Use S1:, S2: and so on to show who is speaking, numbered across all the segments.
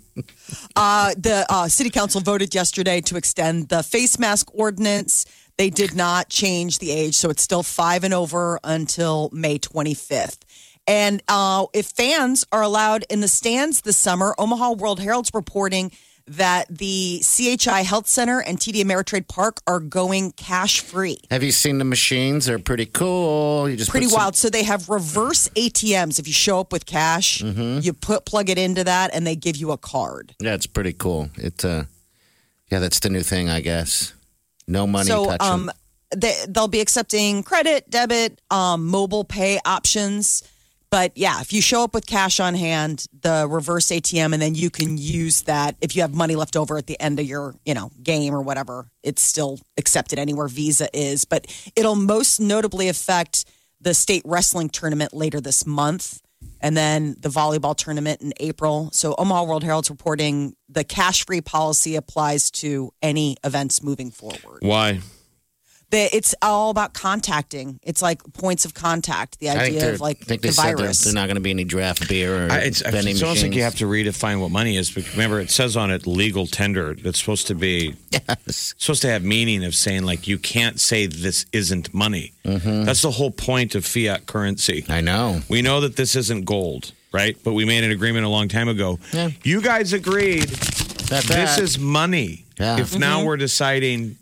S1: Uh, the uh, city council voted yesterday to extend the face mask ordinance. They did not change the age, so it's still five and over until May 25th. And uh, if fans are allowed in the stands this summer, Omaha World Herald's reporting that the CHI Health Center and TD Ameritrade Park are going cash free.
S2: Have you seen the machines? They're pretty cool. You just
S1: Pretty
S2: put some-
S1: wild. So they have reverse ATMs. If you show up with cash, you put plug it into that, and they give you a card.
S2: Yeah, it's pretty cool. It. Uh, yeah, that's the new thing, I guess. No money
S1: so
S2: touching.
S1: um they, they'll be accepting credit debit um mobile pay options but yeah if you show up with cash on hand the reverse atm and then you can use that if you have money left over at the end of your you know game or whatever it's still accepted anywhere visa is but it'll most notably affect the state wrestling tournament later this month and then the volleyball tournament in April. So Omaha World Herald's reporting the cash free policy applies to any events moving forward
S3: Why?
S1: that it's all about contacting. It's like points of contact. The
S2: I think
S1: idea
S2: they're,
S1: of like
S2: think
S1: the
S2: they said there-
S1: virus.
S2: there's not going to be any draft beer or
S3: I, it's,
S2: vending
S3: it's almost like you have
S2: machines.
S3: to redefine what money is. But remember, it says on it legal tender. It's supposed to be it's supposed to have meaning of saying like you can't say this isn't money.
S2: Mm-hmm.
S3: That's the whole point of fiat currency.
S2: I know.
S3: We know that this isn't gold, right? But we made an agreement a long time ago.
S2: Yeah.
S3: You guys agreed
S2: That,
S3: this
S2: that-
S3: is money.
S2: Yeah.
S3: If
S1: Mm-hmm.
S3: now we're deciding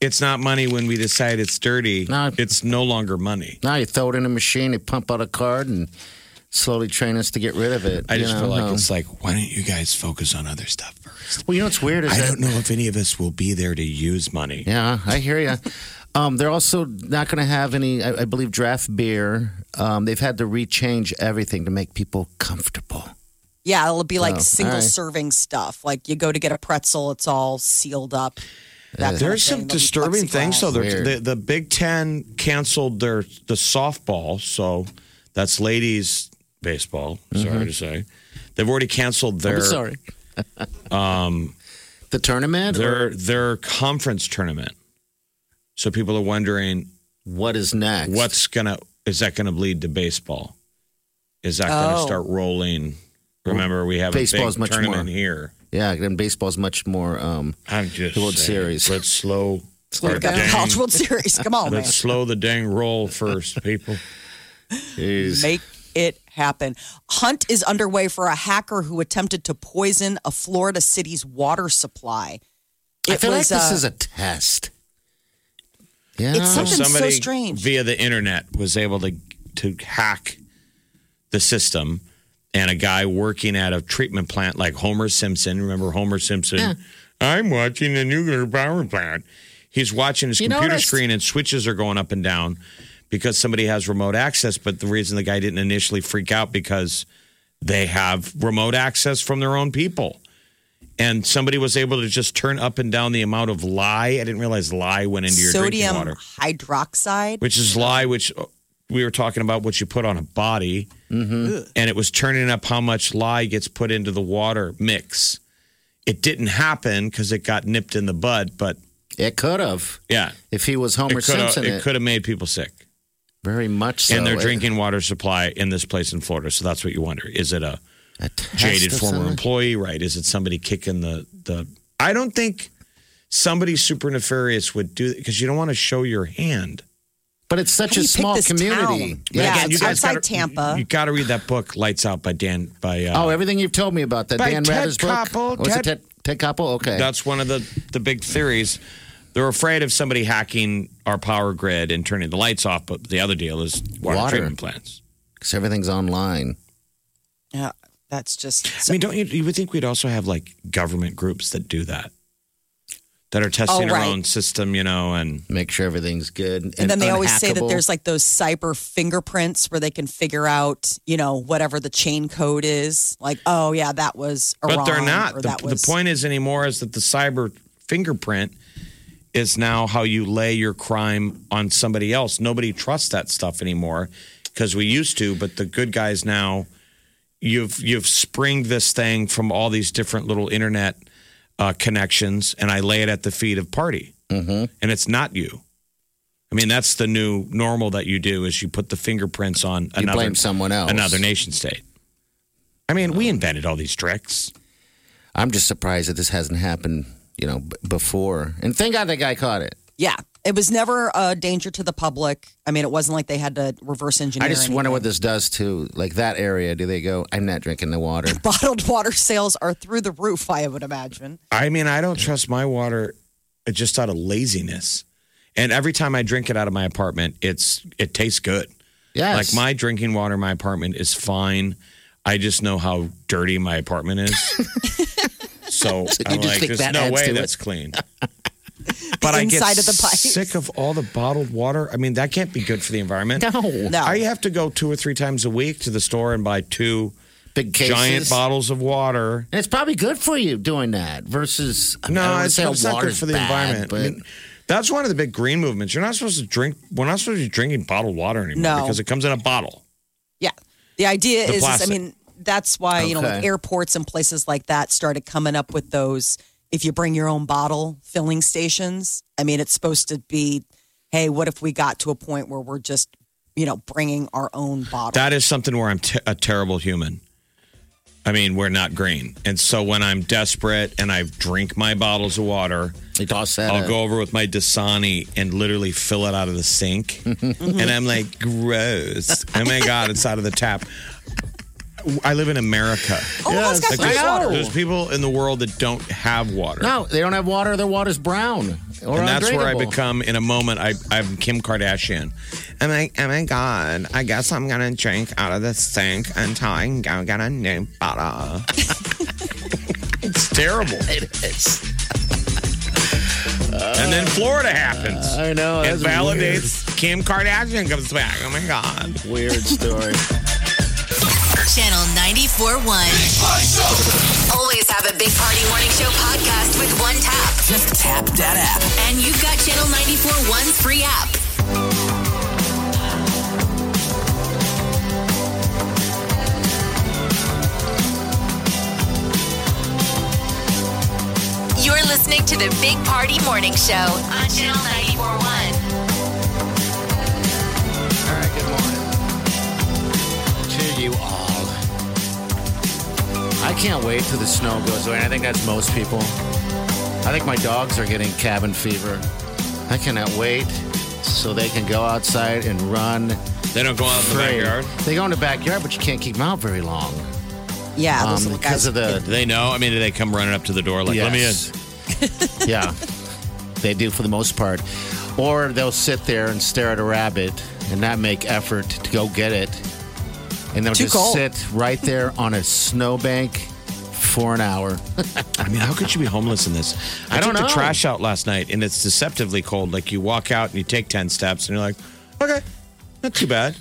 S3: it's not money when we decide it's dirty,
S2: No.
S3: it's no longer money.
S2: now you throw it in a machine, you pump out a card, and slowly train us to get rid of it.
S3: I
S2: you
S3: just
S2: know?
S3: feel like
S2: Um,
S3: it's like, why don't you guys focus on other stuff first?
S2: Well, you know what's weird is
S3: I
S2: that,
S3: don't know if any of us will be there to use money.
S2: Yeah, I hear you. Um, they're also not going to have any, I, I believe, draft beer. Um, they've had to rechange everything to make people comfortable.
S1: yeah, it'll be like
S2: Oh,
S1: single
S2: all right.
S1: serving stuff. Like you go to get a pretzel, it's all sealed up. That kind of
S3: There's
S1: thing.
S3: some
S1: There'll be
S3: disturbing things, though.
S1: plexiglass.
S3: There's- The, the Big Ten canceled their the softball, so that's ladies baseball. Sorry to say, they've already canceled their
S2: Mm-hmm. sorry. the tournament? Or
S3: their their conference tournament. So people are wondering
S2: what is next?
S3: what's gonna is that gonna bleed to baseball? Is that gonna
S1: Oh.
S3: start rolling? Remember, we have
S2: Baseball is
S3: a big
S2: much
S3: tournament
S2: more.
S3: here.
S2: Yeah, and baseball's much more. Um,
S3: I'm just
S2: The World
S3: saying,
S2: Series.
S3: Let's slow.
S2: Slow
S3: our
S2: down.
S1: Got a
S3: dang-
S1: College World Series. Come on, man.
S3: Let's slow the dang roll first, people.
S2: is
S1: Make it happen. Hunt is underway for a hacker who attempted to poison a Florida city's water supply.
S2: I feel like this
S1: uh,
S2: is a test. Yeah.
S1: It's something- so
S3: somebody
S1: strange.
S3: via the internet was able to to hack the system and a guy working at a treatment plant like Homer Simpson remember Homer Simpson I'm watching a nuclear power plant he's watching his
S2: You know
S3: computer
S2: what I s-
S3: screen and switches are going up and down because somebody has remote access. But the reason the guy didn't initially freak out because they have remote access from their own people. And somebody was able to just turn up and down the amount of lye. I didn't realize lye went into your
S1: Sodium
S3: drinking water
S1: hydroxide.
S3: which is lye, which we were talking about what you put on a body,
S2: Mm-hmm.
S3: and it was turning up how much lye gets put into the water mix. It didn't happen because it got nipped in the bud, but
S2: It could have.
S3: yeah,
S2: If he was Homer
S3: it could have
S2: Simpson,
S3: it could have made people sick.
S2: very much so.
S3: and their
S2: It-
S3: drinking water supply in this place in Florida, so that's what you wonder: is it a
S2: a test
S3: jaded
S2: of
S3: former
S2: something.
S3: employee, right? Is it somebody kicking the the? I don't think somebody super nefarious would do because you don't want to show your hand.
S2: But it's such
S1: How do
S2: a
S1: you pick
S2: small
S1: this
S2: community.
S1: town? Yeah,
S3: Again,
S1: it's
S3: you guys
S1: outside
S3: gotta-
S1: Tampa.
S3: You, got to read that book, Lights Out by Dan. By uh,
S2: Oh, everything you've told me about that
S3: By
S2: Dan
S3: Ted
S2: Rather's book.
S3: Koppel,
S2: Was it
S3: Ted-
S2: Ted, Ted Koppel? Okay.
S3: that's one of the the big theories. They're afraid of somebody hacking our power grid and turning the lights off. But the other deal is water,
S2: Water.
S3: treatment plants.
S2: Because everything's online.
S1: yeah, that's just.
S3: I mean, don't you? You would think we'd also have like government groups that do that, that are testing
S1: Oh,
S3: our
S1: right.
S3: own system, you know, and
S2: Make sure everything's good. And,
S1: and then they always say that
S2: unhackable.
S1: there's like those cyber fingerprints where they can figure out, you know, whatever the chain code is. Like, oh yeah, that was Iran.
S3: but they're not.
S1: Or
S3: The,
S1: that was,
S3: the point is anymore is that the cyber fingerprint is now how you lay your crime on somebody else. Nobody trusts that stuff anymore because we used to, but the good guys now you've you've springed this thing from all these different little internet uh, connections, and I lay it at the feet of party, mm-hmm. and it's not you. I mean, that's the new normal that you do is you put the fingerprints on
S2: You
S3: another
S2: blame someone else.
S3: another nation state. I mean, we invented all these tricks.
S2: I'm just surprised that this hasn't happened, you know, b- before. And thank God that guy caught it.
S1: yeah, it was never a danger to the public. I mean, it wasn't like they had to reverse engineer.
S2: I just wonder what
S1: anything.
S2: this does to like that area. Do they go? I'm not drinking the water.
S1: bottled water sales are through the roof. I would imagine.
S3: I mean, I don't trust my water uh, just out of laziness. And every time I drink it out of my apartment, it's it tastes good.
S2: Yes.
S3: Like my drinking water in my apartment is fine. I just know how dirty my apartment is. so I'm
S2: just
S3: like,
S2: think
S3: there's
S2: that
S3: no
S2: adds
S3: way
S2: to it.
S3: that's clean. But I get
S1: Inside of the pipe.
S3: sick of all the bottled water. I mean, that can't be good for the environment.
S2: no.
S1: No.
S3: I have to go two or three times a week to the store and buy two
S2: Big cases.
S3: giant bottles of water.
S2: And it's probably good for you doing that versus. I mean,
S3: No,
S2: I don't wanna
S3: it's,
S2: say
S3: it's not good
S2: water's
S3: for the
S2: bad,
S3: environment. I
S2: But
S3: mean, that's one of the big green movements. You're not supposed to drink. We're not supposed to be drinking bottled water anymore
S1: No.
S3: because it comes in a bottle.
S1: Yeah. The idea
S3: The
S1: is, is, I
S3: plastic.
S1: mean, that's why, you know, like
S2: Okay.
S1: airports and places like that started coming up with those if you bring your own bottle filling stations. I mean, it's supposed to be, hey, what if we got to a point where we're just, you know, bringing our own bottle?
S3: That is something where I'm te- a terrible human. I mean, we're not green, and so when I'm desperate and I drink my bottles of water,
S2: you toss that.
S3: I'll
S2: up.
S3: go over with my Dasani and literally fill it out of the sink. And I'm like, gross. Oh my God, it's out of the tap. I live in America.
S1: oh, it's got
S2: Yes,
S1: fresh
S2: I know.
S1: water.
S3: There's people in the world that don't have water.
S2: No, they don't have water. Their water's brown. Or
S3: and that's where I
S2: undrinkable.
S3: become, in a moment, I, I'm Kim Kardashian. I'm like, oh my God, I guess I'm going to drink out of the sink until I can go get a new bottle. it's terrible.
S2: It is.
S3: and then Florida happens.
S2: I know.
S3: it
S2: that's weird.
S3: validates Kim Kardashian comes back. Oh my God.
S2: Weird story.
S4: Channel 94.1. Always have a Big Party Morning Show podcast with one tap. Just tap that app. And you've got Channel 94.1's free app. You're listening to the Big Party Morning Show on Channel 94.1.
S2: All right, good morning to you all. I can't wait till the snow goes away. I think that's most people. I think my dogs are getting cabin fever. I cannot wait so they can go outside and run.
S3: They don't go out in the
S2: free.
S3: backyard.
S2: They go in the backyard, but you can't keep them out very long
S1: yeah,
S2: um,
S1: those little
S2: because
S1: guys.
S2: of the
S3: Do they know? I mean, do they come running up to the door like, "Let me in"?
S2: in. yeah, they do for the most part. Or they'll sit there and stare at a rabbit and not make effort to go get it. And they'll
S1: Too
S2: just
S1: cold.
S2: sit right there on a snowbank for an hour.
S3: I mean, how could you be homeless in this? I,
S2: I don't
S3: took
S2: know.
S3: the trash out last night, and it's deceptively cold. Like you walk out and you take ten steps, and you're like, "Okay, Not too bad.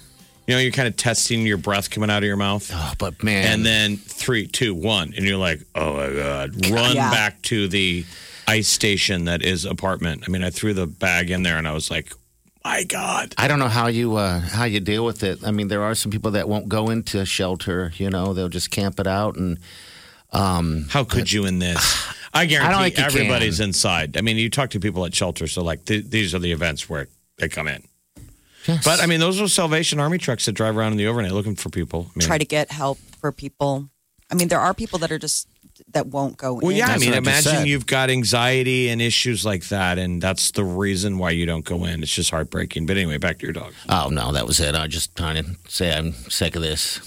S3: You know, you're kind of testing your breath coming out of your mouth.
S2: Oh, but man,
S3: And then three, two, one, and you're like, oh my god, run
S1: Yeah.
S3: back to the ice station that is apartment. I mean, I threw the bag in there, and I was like, my god,
S2: I don't know how you uh, how you deal with it. I mean, there are some people that won't go into shelter. You know, they'll just camp it out, and
S3: how could you in this? I guarantee
S2: think you
S3: everybody's inside. I mean, you talk to people at shelter, so like th- these are the events where they come in. But I mean, those are Salvation Army trucks that drive around in the overnight looking for people. I mean,
S1: Try to get help for people. I mean, there are people that are just that won't go.
S3: Well,
S1: in.
S3: yeah, I
S2: That's
S3: mean,
S2: what I just
S3: imagine
S2: said.
S3: you've got anxiety and issues like that, and that's the reason why you don't go in. It's just heartbreaking. But anyway, back to your dog.
S2: oh no, that was it. I just trying to say I'm sick of this.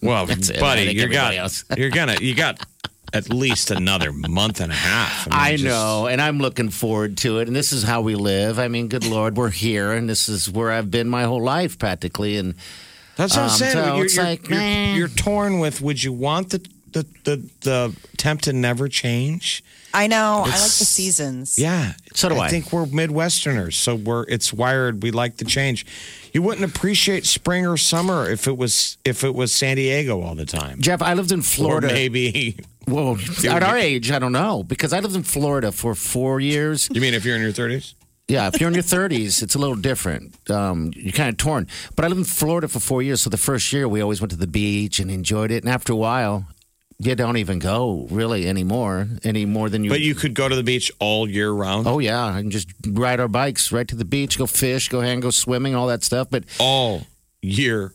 S3: Well,
S2: it. I
S3: buddy,
S2: think
S3: you're
S2: everybody
S3: gonna,
S2: else.
S3: you're gonna, you got at least another month and a half.
S2: I
S3: just-
S2: know, and I'm looking forward to it. And this is how we live. I mean, good lord, we're here, and this is where I've been my whole life practically. And
S3: That's what I'm
S2: Um,
S3: saying.
S2: so
S3: you're,
S2: it's
S3: you're-
S2: like,
S3: you're-
S2: meh.
S3: you're torn with. Would you want the the the, the temp to never change?
S1: I know. I like the seasons.
S3: Yeah.
S2: So do I.
S3: think we're Midwesterners, so we're it's wired. We like the change. You wouldn't appreciate spring or summer if it was if it was San Diego all the time.
S2: Jeff, I lived in Florida.
S3: Or maybe
S2: Well, at our age, I don't know because I lived in Florida for four years.
S3: you mean if you're in your thirties?
S2: Yeah, if you're in your 30s, it's a little different. Um, you're kind of torn. But I lived in Florida for four years, so the first year we always went to the beach and enjoyed it. And after a while, you don't even go really anymore, any more than you.
S3: But you could go to the beach all year round.
S2: oh yeah, and just ride our bikes right to the beach, go fish, go hang, go swimming, all that stuff. But
S3: All year.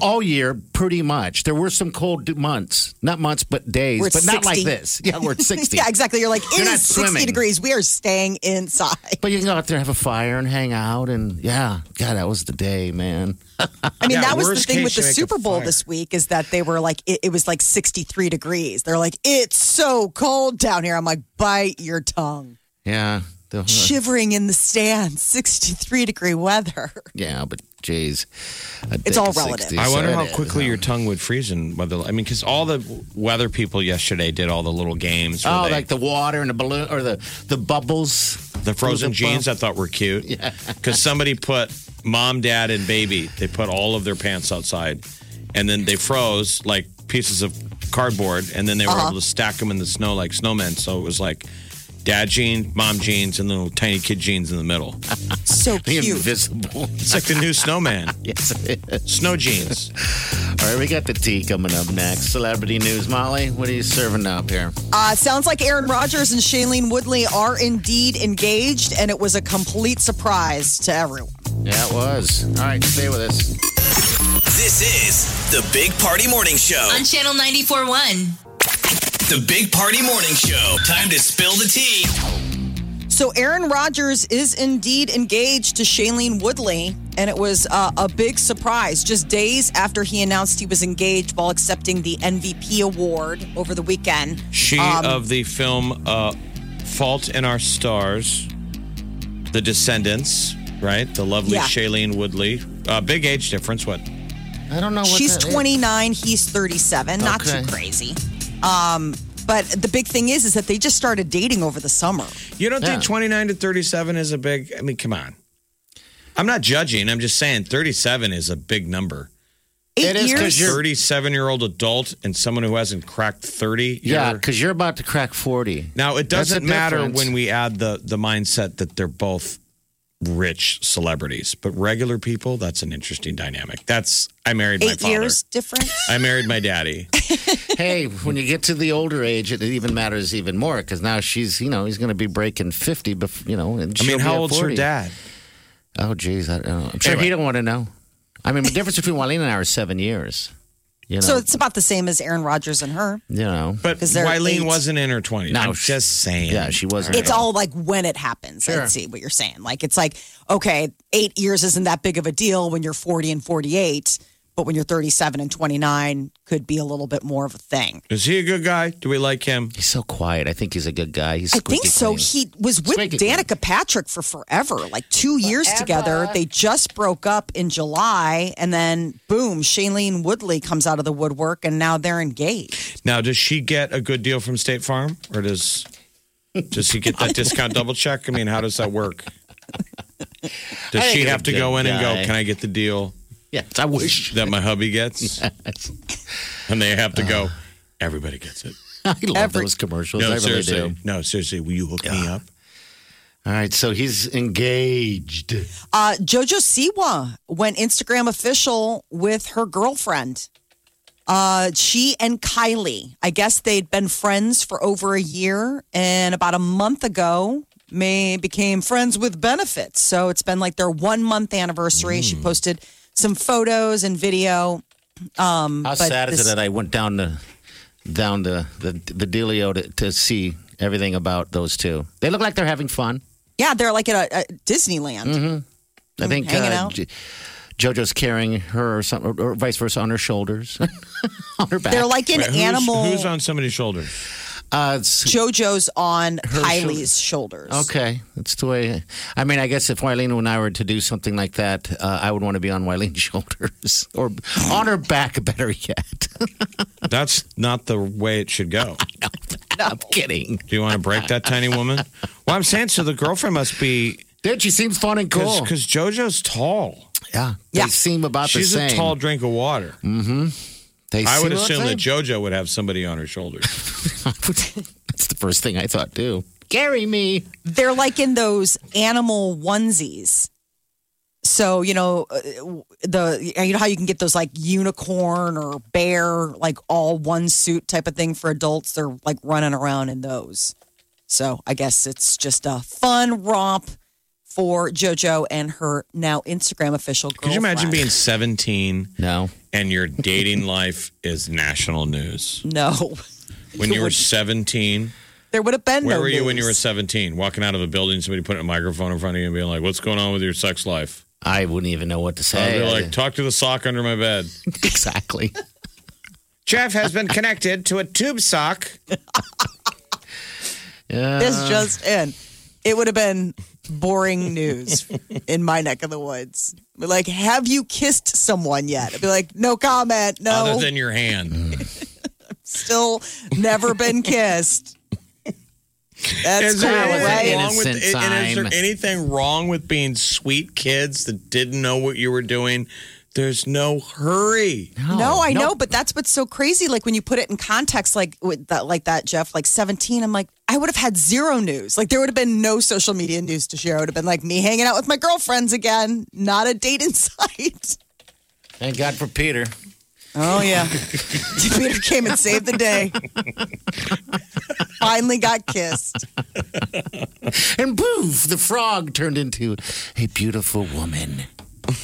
S3: Wow.
S2: all year, pretty much. There were some cold d- months, not months, but days,
S1: We're at
S2: but not like
S1: 60.
S2: this. Yeah, we're at 60.
S1: Yeah, exactly. You're like, it
S2: You're not
S1: is 60
S2: swimming.
S1: degrees. We are staying inside.
S2: But you can go out there, have a fire, and hang out, and yeah, God, that was the day, man.
S1: I mean,
S3: Yeah,
S1: that was the
S3: worst
S1: thing with
S3: case, you make
S1: the
S3: a
S1: Super Bowl
S3: fire.
S1: this week is that they were like, it, it was like 63 degrees. They're like, it's so cold down here. I'm like, bite your tongue.
S2: Yeah. The-
S3: Uh-huh.
S1: Shivering in the stands, 63 degree weather.
S2: Yeah, but geez,
S1: It's all relative.
S3: I wonder how quickly your tongue would freeze in weather. I mean, because all the weather people yesterday did all the little games. where
S2: Oh,
S3: they-
S2: like the water and the balloon or the the bubbles.
S3: The frozen
S2: The
S3: jeans I
S2: bump.
S3: thought were cute. Because somebody put mom, dad, and baby, they put all of their pants outside and then they froze like pieces of cardboard and then they were
S2: Uh-huh.
S3: able to stack them in the snow like snowmen. So it was like dad jeans, mom jeans, and little tiny kid jeans in the middle.
S1: So
S2: The
S1: cute.
S2: invisible.
S3: It's like the new snowman,
S2: yes. it is.
S3: snow jeans.
S2: All right, we got the tea coming up next. Celebrity news, Molly. What are you serving up here?
S1: Uh, sounds like Aaron Rodgers and Shailene Woodley are indeed engaged, and it was a complete surprise to everyone.
S2: Yeah, it was. All right, stay with us.
S5: This is the Big Party Morning Show.
S4: On Channel 94.1.
S5: The Big Party Morning Show. Time to spill the tea.
S1: So Aaron Rodgers is indeed engaged to Shailene Woodley, and it was uh, a big surprise just days after he announced he was engaged while accepting the MVP award over the weekend.
S3: She of the film uh, Fault in Our Stars, The Descendants, right? The lovely
S1: Yeah.
S3: Shailene Woodley. Uh, big age difference, what?
S2: I don't know. What
S1: She's
S2: that is.
S1: 29, he's 37. Not
S2: Okay.
S1: too crazy. Um, but the big thing is, is that they just started dating over the summer.
S3: You don't think
S2: Yeah.
S3: 29 to 37 is a big, I mean, come on. I'm not judging. I'm just saying 37 is a big number.
S1: Eight
S2: It is 'cause
S1: years.
S2: you're-
S3: 37 year old adult and someone who hasn't cracked 30.
S2: Yeah,
S3: you're-
S2: because you're about to crack forty.
S3: Now, it
S2: That's
S3: doesn't
S2: a
S3: matter
S2: difference.
S3: when we add the, the mindset that they're both rich celebrities, but regular people, that's an interesting dynamic. That's, I married my
S1: Eight
S3: father.
S1: years difference.
S3: I married my daddy.
S2: hey, when you get to the older age, it even matters even more because now she's you know he's going to be breaking fifty. Bef- you know, and
S3: I
S2: she'll
S3: mean,
S2: be
S3: how
S2: at
S3: old's
S2: 40.
S3: her dad?
S2: Oh, geez, I don't know. I'm sure
S3: Anyway.
S2: he don't want to know. I mean, the difference between Wileen and I are seven years. You know,
S1: So it's about the same as Aaron Rodgers and her.
S2: you know,
S3: But
S1: 'Cause they're
S3: Wileen
S1: eight.
S3: wasn't in her 20s.
S2: No,
S3: I'm
S2: she-
S3: just saying.
S2: yeah, she wasn't.
S1: It's all like when it happens. I
S2: Sure.
S1: see what you're saying. Like it's like, okay, eight years isn't that big of a deal when you're 40 and 48, but when you're 37 and 29, could be a little bit more of a thing.
S3: Is he a good guy? Do we like him?
S2: He's so quiet. I think he's a good guy. He's
S1: I think
S2: squeaky
S1: so.
S2: clean.
S1: He was with
S2: Squeaky clean.
S1: Danica Patrick for forever, like two years together. They just broke up in July, and then boom, Shailene Woodley comes out of the woodwork, and now they're engaged.
S3: Now, does she get a good deal from State Farm, or does does he get that discount double check? I mean, how does that work? Does
S2: I
S3: she
S2: think
S3: have to
S2: you're a
S3: go in
S2: good
S3: and go,
S2: guy.
S3: can I get the deal
S2: Yes, I wish.
S3: that my hubby gets? And they have to go, everybody gets it.
S2: I love
S1: Every-
S2: Uh-huh. those commercials.
S3: No,
S2: I really
S3: seriously.
S2: do.
S3: No, seriously, will you hook me up?
S2: All right, so he's engaged.
S1: Uh, Jojo Siwa went Instagram official with her girlfriend. Uh, she and Kylie, I guess they'd been friends for over a year, and about a month ago, May became friends with benefits. So it's been like their one month anniversary. She posted some photos and video. Um,
S2: How
S1: But
S2: sad is
S1: this-
S2: it that I went down the down the the, the dealio to, to see everything about those two? They look like they're having fun.
S1: Yeah, they're like at a, a Disneyland.
S2: Mm-hmm. I think
S1: Mm,
S2: uh,
S1: hanging out.
S2: J- JoJo's carrying her or, some, or, or vice versa on her shoulders, on her back.
S1: They're like an
S3: Wait, who's-
S1: animal.
S3: Who's on somebody's shoulder?
S2: uh, it's-
S1: JoJo's on Kylie's shoulders.
S2: okay. That's the way. I mean, I guess if Wileen and I were to do something like that, uh, I would want to be on Wileen's shoulders or on her back. Better yet,
S3: That's not the way it should go.
S2: I'm kidding.
S3: Do you want to break that tiny woman? Well, I'm saying so. The girlfriend must be
S2: Dude, she seems fun and
S3: because
S2: cool.
S3: JoJo's tall.
S2: yeah,
S1: Yeah.
S2: they seem about
S3: She's
S2: the same.
S3: a tall drink of water.
S2: They
S3: I would
S2: seem about the
S3: assume that
S2: same.
S3: JoJo would have somebody on her shoulders.
S2: That's the first thing I thought, too. Carry me.
S1: they're like in those animal onesies. So you know uh, the you know how you can get those like unicorn or bear like all one suit type of thing for adults. They're like running around in those. So I guess it's just a fun romp for JoJo and her now Instagram official.
S3: Could you imagine being 17
S2: No.
S3: and your dating life is national news?
S1: no?
S3: When you were 17,
S1: There would have been.
S3: where
S1: no
S3: were you when you were
S1: news.
S3: 17? Walking out of a building, somebody putting a microphone in front of you and being like, "What's going on with your sex life?"
S2: I wouldn't even know what to
S3: Uh,
S2: say.
S3: they're like, "Talk to the sock under my bed."
S2: exactly.
S3: Jeff has been connected to a tube sock.
S2: Yeah.
S1: This
S3: Uh.
S1: just in. It would have been boring news in my neck of the woods. Be Like, have you kissed someone yet? I'd be like, no comment. No,
S3: Other than your hand.
S1: still never been kissed. That's cool,
S2: there-
S1: right?
S2: an
S3: wrong with,
S2: innocent
S3: and is there
S2: time.
S3: anything wrong with being sweet kids that didn't know what you were doing? There's no hurry.
S1: No, I know, but that's what's so crazy. Like when you put it in context, like with that, like that, Jeff, like seventeen. I'm like, I would have had zero news. Like there would have been no social media news to share. It would have been like me hanging out with my girlfriends again, not a date in sight.
S2: Thank God for Peter.
S1: Oh yeah, Peter came and saved the day. Finally got kissed.
S2: And poof, the frog turned into a beautiful woman.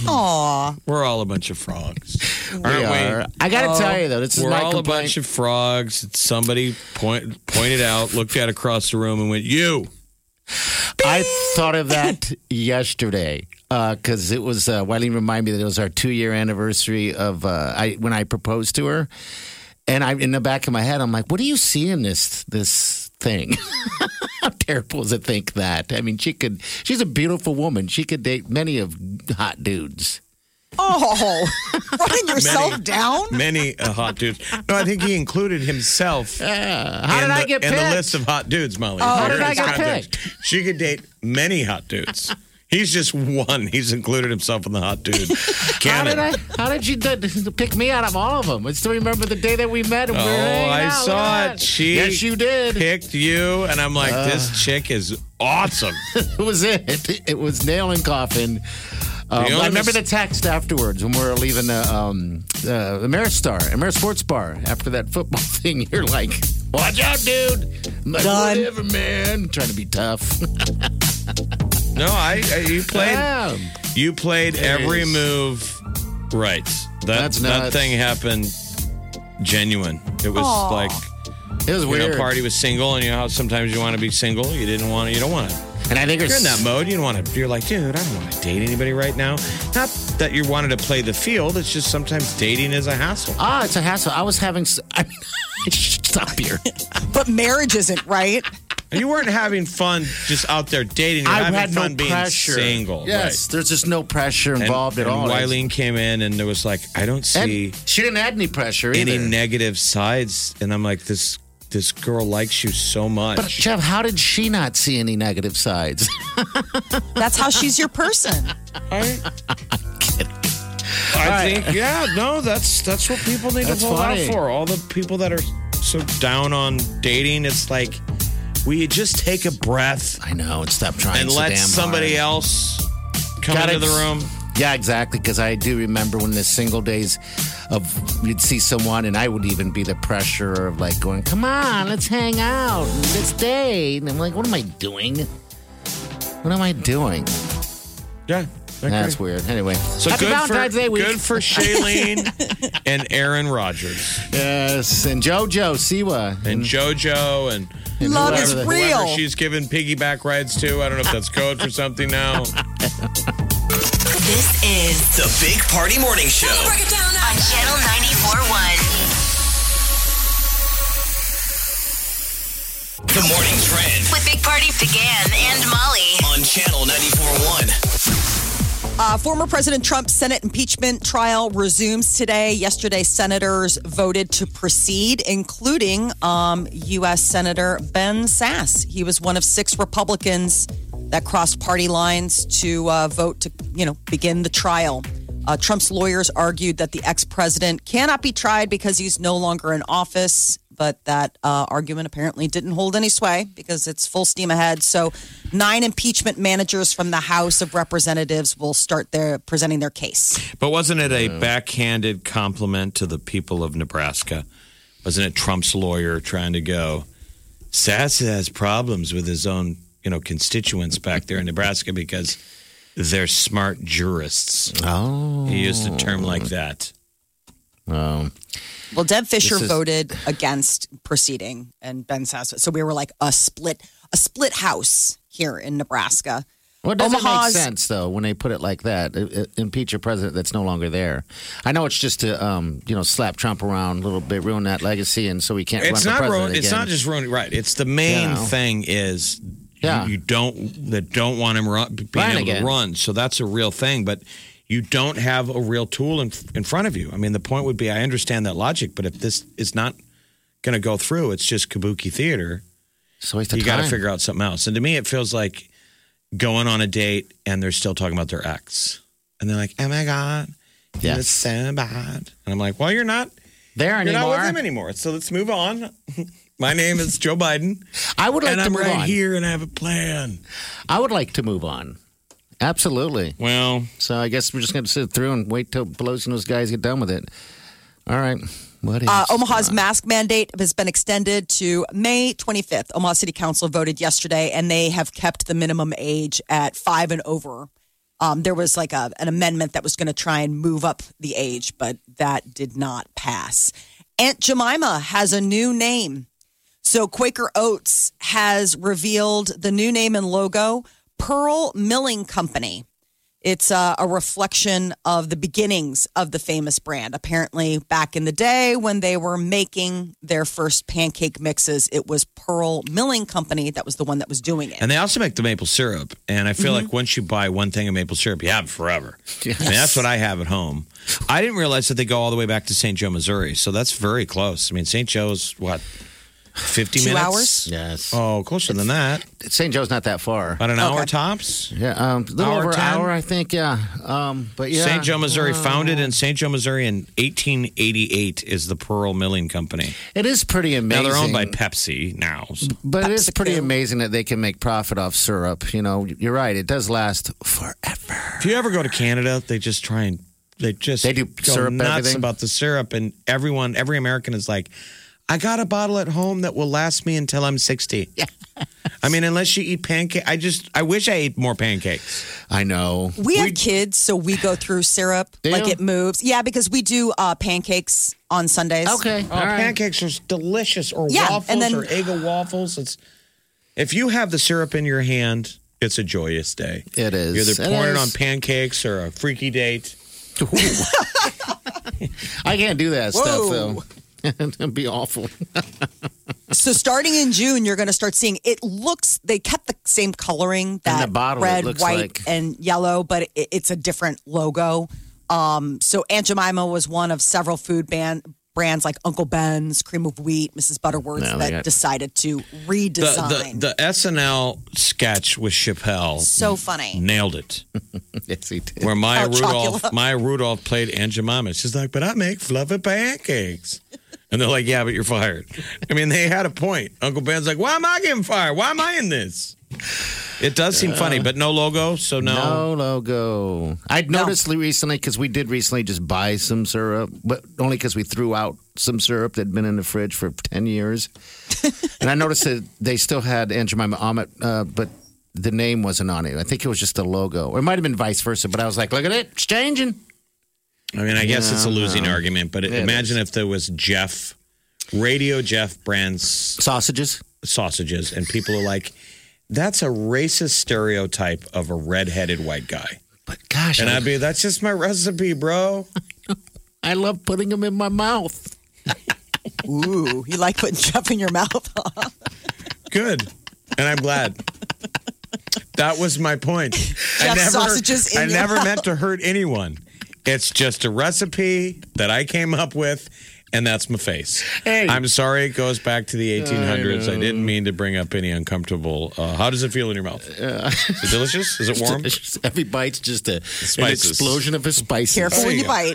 S1: Aw,
S3: We're all a bunch of frogs, aren't
S2: We
S3: we?
S2: are. I got to tell you, though, this is
S3: We're
S2: my
S3: all a
S2: complaint.
S3: bunch of frogs. that Somebody point, pointed out, looked at across the room, and went, "You."
S2: I thought of that yesterday because it was uh, Wileen reminded me that it was our two-year anniversary of uh, I when I proposed to her, and I in the back of my head I'm like, what do you see in this this thing? How terrible is it to think that? I mean, she could. She's a beautiful woman. She could date many of hot dudes.
S1: oh, running yourself
S3: Many.
S1: down.
S3: Many uh, hot dudes. No, I think he included himself.
S2: Yeah. Uh, How did
S3: in
S2: I
S3: the,
S2: get
S3: in
S2: picked? Oh,
S3: the list of hot dudes, Molly?
S2: how did I
S3: It's
S2: get
S3: context. She could date many hot dudes. He's just one. He's included himself in the hot dude.
S2: How
S3: canon.
S2: did I? How did you d- pick me out of all of them? I still remember the day that we met. And we were
S3: Oh,
S2: hanging
S3: I
S2: out. Look
S3: saw
S2: at
S3: it.
S2: that.
S3: She
S2: yes, you did.
S3: picked you, and I'm like, this chick is awesome.
S2: It was it. It was nail and coffin. Um,
S3: The only
S2: I remember the
S3: mis-
S2: text afterwards when we were leaving the um, uh, the Ameristar, Amerisports Sports Bar after that football thing. You're like, "Watch out, dude!" I'm like,
S1: Done.
S2: Whatever, man. Trying to be tough.
S3: No, I, I you played
S2: Damn.
S3: you played every
S2: is.
S3: move right. That
S2: That's
S3: that
S2: nuts.
S3: thing happened genuine. It was
S1: Aw.
S3: like
S2: It was
S3: you
S2: weird.
S3: know, party was single, and you know how sometimes you want to be single, you didn't want to, you don't want to.
S2: And I think
S3: You're in that mode.
S2: mode.
S3: You don't want to. You're like, dude, I don't want to date anybody right now. Not that you wanted to play the field. It's just sometimes dating is a hassle.
S2: Ah, it's a hassle. I was having. s- I mean, stop here.
S1: But marriage isn't right.
S3: And you weren't having fun just out there dating. You're
S2: I
S3: having
S2: had
S3: fun
S2: no
S3: being
S2: pressure.
S3: single.
S2: Yes,
S3: Right.
S2: there's just no pressure
S3: And-
S2: involved at
S3: and
S2: all.
S3: Wileen came in and there was like, I don't
S2: And
S3: see
S2: she didn't add any pressure
S3: any
S2: either.
S3: negative sides, and I'm like, this this girl likes you so much.
S2: But Jeff, how did she not see any negative sides?
S1: That's how she's your person.
S3: I, I think, yeah, no, that's that's what people need
S2: That's
S3: to hold
S2: funny.
S3: out for. All the people that are so down on dating, it's like, will you just take a breath
S2: I know. And stop trying.
S3: and
S2: so
S3: let
S2: damn
S3: somebody
S2: hard.
S3: else come
S2: Got
S3: into
S2: it.
S3: the room?
S2: Yeah, exactly. Because I do remember when the single days of you'd see someone, and I would even be the pressure of like going, "Come on, let's hang out, and let's date." And I'm like, "What am I doing? What am I doing?"
S3: Yeah. I
S2: That's
S3: agree.
S2: weird. Anyway,
S3: So
S2: happy
S3: good
S2: Valentine's
S3: for,
S2: Day week.
S3: Good for Shailene and Aaron Rodgers
S2: yes, and JoJo Siwa.
S3: and JoJo and
S1: Love is
S3: whoever, the- whoever
S1: real.
S3: she's giving piggyback rides to. I don't know if that's code for something now.
S4: This is
S5: The Big Party Morning Show.
S4: on Channel 94.1.
S5: The Morning Trend
S4: With Big Party began and Molly.
S5: on Channel 94.1.
S1: Uh, former President Trump's Senate impeachment trial resumes today. Yesterday, senators voted to proceed, including um, U.S. Senator Ben Sass. He was one of six Republicans that crossed party lines to uh, vote to, you know, begin the trial. Uh, Trump's lawyers argued that the ex-president cannot be tried because he's no longer in office. But that uh, argument apparently didn't hold any sway because it's full steam ahead. So, nine impeachment managers from the House of Representatives will start their presenting their case.
S3: But wasn't it a backhanded compliment to the people of Nebraska? Wasn't it Trump's lawyer trying to go? Sass has problems with his own, you know, constituents back there in Nebraska because they're smart jurists.
S2: Oh,
S3: He used a term like that.
S2: oh.
S1: Well, Deb Fisher
S2: This is-
S1: voted against proceeding, and Ben Sass. So we were like a split, a split house here in Nebraska.
S2: Well, does not make
S1: Omaha's-
S2: sense though when they put it like that? I- I- Impeach a president that's no longer there. I know it's just to um, you know slap Trump around a little bit, ruin that legacy, and so he can't
S3: It's
S2: run
S3: not
S2: for president
S3: ruin, it's
S2: again.
S3: not just ruining right. It's the main
S2: Yeah.
S3: thing is
S2: Yeah.
S3: you, you don't that don't want him run, being
S2: Run
S3: able
S2: again.
S3: to run. So that's a real thing, but you don't have a real tool in in front of you. I mean, the point would be I understand that logic, but if this is not going to go through, it's just kabuki theater.
S2: It's a waste of
S3: you got to
S2: time.
S3: figure out something else. And to me, it feels like going on a date and they're still talking about their ex, and they're like, "Oh my god,
S2: Yes.
S3: it's so bad," and I'm like, "Well, you're not."
S2: there
S3: You're not
S2: anymore.
S3: with him anymore. So let's move on. My name is Joe Biden,
S2: I would like
S3: and
S2: to
S3: I'm
S2: move
S3: right
S2: on.
S3: here, and I have a plan.
S2: I would like to move on. Absolutely.
S3: Well,
S2: So I guess we're just going to sit through and wait till Pelosi and those guys get done with it. All right. What is
S1: Uh, Omaha's mask mandate has been extended to May 25th. Omaha City Council voted yesterday, and they have kept the minimum age at five and over. Um, there was like a, an amendment that was going to try and move up the age, but that did not pass. Aunt Jemima has a new name. So Quaker Oats has revealed the new name and logo, Pearl Milling Company. It's uh, a reflection of the beginnings of the famous brand. Apparently, back in the day when they were making their first pancake mixes, it was Pearl Milling Company that was the one that was doing it.
S3: and they also make the maple syrup. And I feel like once you buy one thing of maple syrup, you have it forever. I mean, that's what I have at home. I didn't realize that they go all the way back to St. Joe, Missouri. So that's very close. I mean, St. Joe's what fifty
S1: Two
S3: minutes?
S1: hours?
S2: Yes.
S3: Oh, closer than that.
S2: St. Joe's not that far.
S3: About an hour
S1: Okay.
S3: tops.
S2: Yeah, um, a little
S3: Uh, Hour
S2: over an
S3: 10?
S2: hour, I think. Yeah, um, but yeah,
S3: St. Joe, Missouri, founded in St. Joe, Missouri in 1888, is the Pearl Milling Company.
S2: it is pretty
S3: Now
S2: amazing.
S3: they're owned by Pepsi now. so-
S2: but it is pretty
S1: PepsiCo.
S2: amazing that they can make profit off syrup. You know, you're right; it does last forever.
S3: If you ever go to Canada, they just try and they just
S2: They do
S3: go
S2: syrup
S3: nuts
S2: everything?
S3: about the syrup, and everyone, every American is like, "I got a bottle at home that will last me until I'm 60." Yeah. I mean, unless you eat pancake, I just I wish I ate more pancakes.
S2: I know.
S1: We have kids, so we go through syrup
S2: Do
S1: like
S2: you?
S1: it moves. Yeah, because we do uh, pancakes on Sundays.
S2: Okay,
S3: Oh,
S2: all right.
S3: pancakes are delicious, or
S1: Yeah,
S3: waffles,
S1: and then-
S3: or egg of waffles. It's if you have the syrup in your hand, it's a joyous day.
S2: It is.
S3: You're either
S2: It
S3: pouring it,
S2: is.
S3: on pancakes or a freaky date.
S2: I can't do that
S1: Whoa.
S2: stuff though. It'd be awful.
S1: So starting in June, you're going to start seeing. It looks they kept the same coloring that
S2: the bottle, it
S1: red,
S2: looks
S1: white,
S2: like.
S1: and yellow, but it, it's a different logo. Um, so Aunt Jemima was one of several food ban brands like Uncle Ben's, Cream of Wheat, Mrs. Butterworth's
S2: No, they
S1: that
S2: got-
S1: decided to redesign.
S3: The, the the SNL sketch with Chappelle
S1: so funny.
S3: nailed it.
S2: yes, he did.
S3: Where Maya
S1: Oh,
S3: Rudolph,
S1: Chocula.
S3: Maya Rudolph played Aunt Jemima. She's like, "But I make fluffy pancakes," and they're like, "Yeah, but you're fired." I mean, they had a point. Uncle Ben's like, "Why am I getting fired? Why am I in this?" It does seem funny, but no logo, so no.
S2: No logo. I'd noticed recently because we did recently just buy some syrup, but only because we threw out some syrup that had been in the fridge for 10 years. and I noticed that they still had Aunt Jemima on it, uh, but the name wasn't on it. I think it was just the logo. Or it might have been vice versa, but I was like, look at it, it's changing.
S3: I mean, I guess it's a losing argument, but
S2: it
S3: imagine if there was Jeff, Radio Jeff Brand's
S2: Sausages.
S3: sausages, and people are like, "That's a racist stereotype of a redheaded white guy."
S2: But gosh,
S3: And
S2: I,
S3: I'd be, that's just my recipe, bro.
S2: I love putting them in my mouth.
S1: Ooh, you like putting stuff in your mouth? huh?
S3: Good. And I'm glad. That was my point. I
S1: Jeff
S3: never,
S1: sausages in
S3: I
S1: your
S3: never meant to hurt anyone. It's just a recipe that I came up with, and that's my face.
S2: Hey.
S3: I'm sorry it goes back to the 1800s. I, didn't mean to bring up any uncomfortable. Uh, how does it feel in your mouth? Is it delicious? Is it warm?
S2: Every bite's just a, an
S3: Spices.
S2: explosion of his spices.
S1: Careful when
S3: you
S1: you
S3: go.
S1: bite.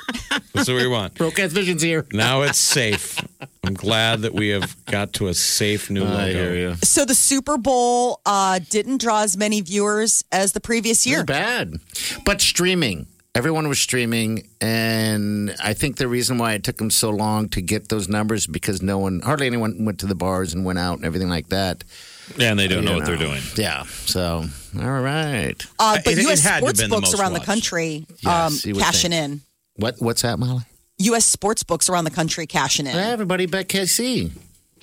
S3: That's what we want.
S2: Broadcast Vision's here.
S3: Now it's safe. I'm glad that we have got to a safe new logo.
S1: So the Super Bowl uh, didn't draw as many viewers as the previous year.
S2: It's bad. But streaming. Everyone was streaming, and I think the reason why it took them so long to get those numbers because no one, hardly anyone, went to the bars and went out and everything like that.
S3: Yeah, and they don't know
S2: You
S3: what they're doing.
S2: Yeah. So, all right.
S1: Uh,
S3: It-
S1: but
S3: it
S1: U.S.
S3: had to have
S1: sports
S3: been the
S1: books
S3: most
S1: around the
S3: watched.
S1: country
S2: Yes, you
S1: um,
S2: would
S1: cashing in.
S2: think. What What's that, Molly?
S1: U.S. sports books around the country cashing in.
S2: Everybody bet KC.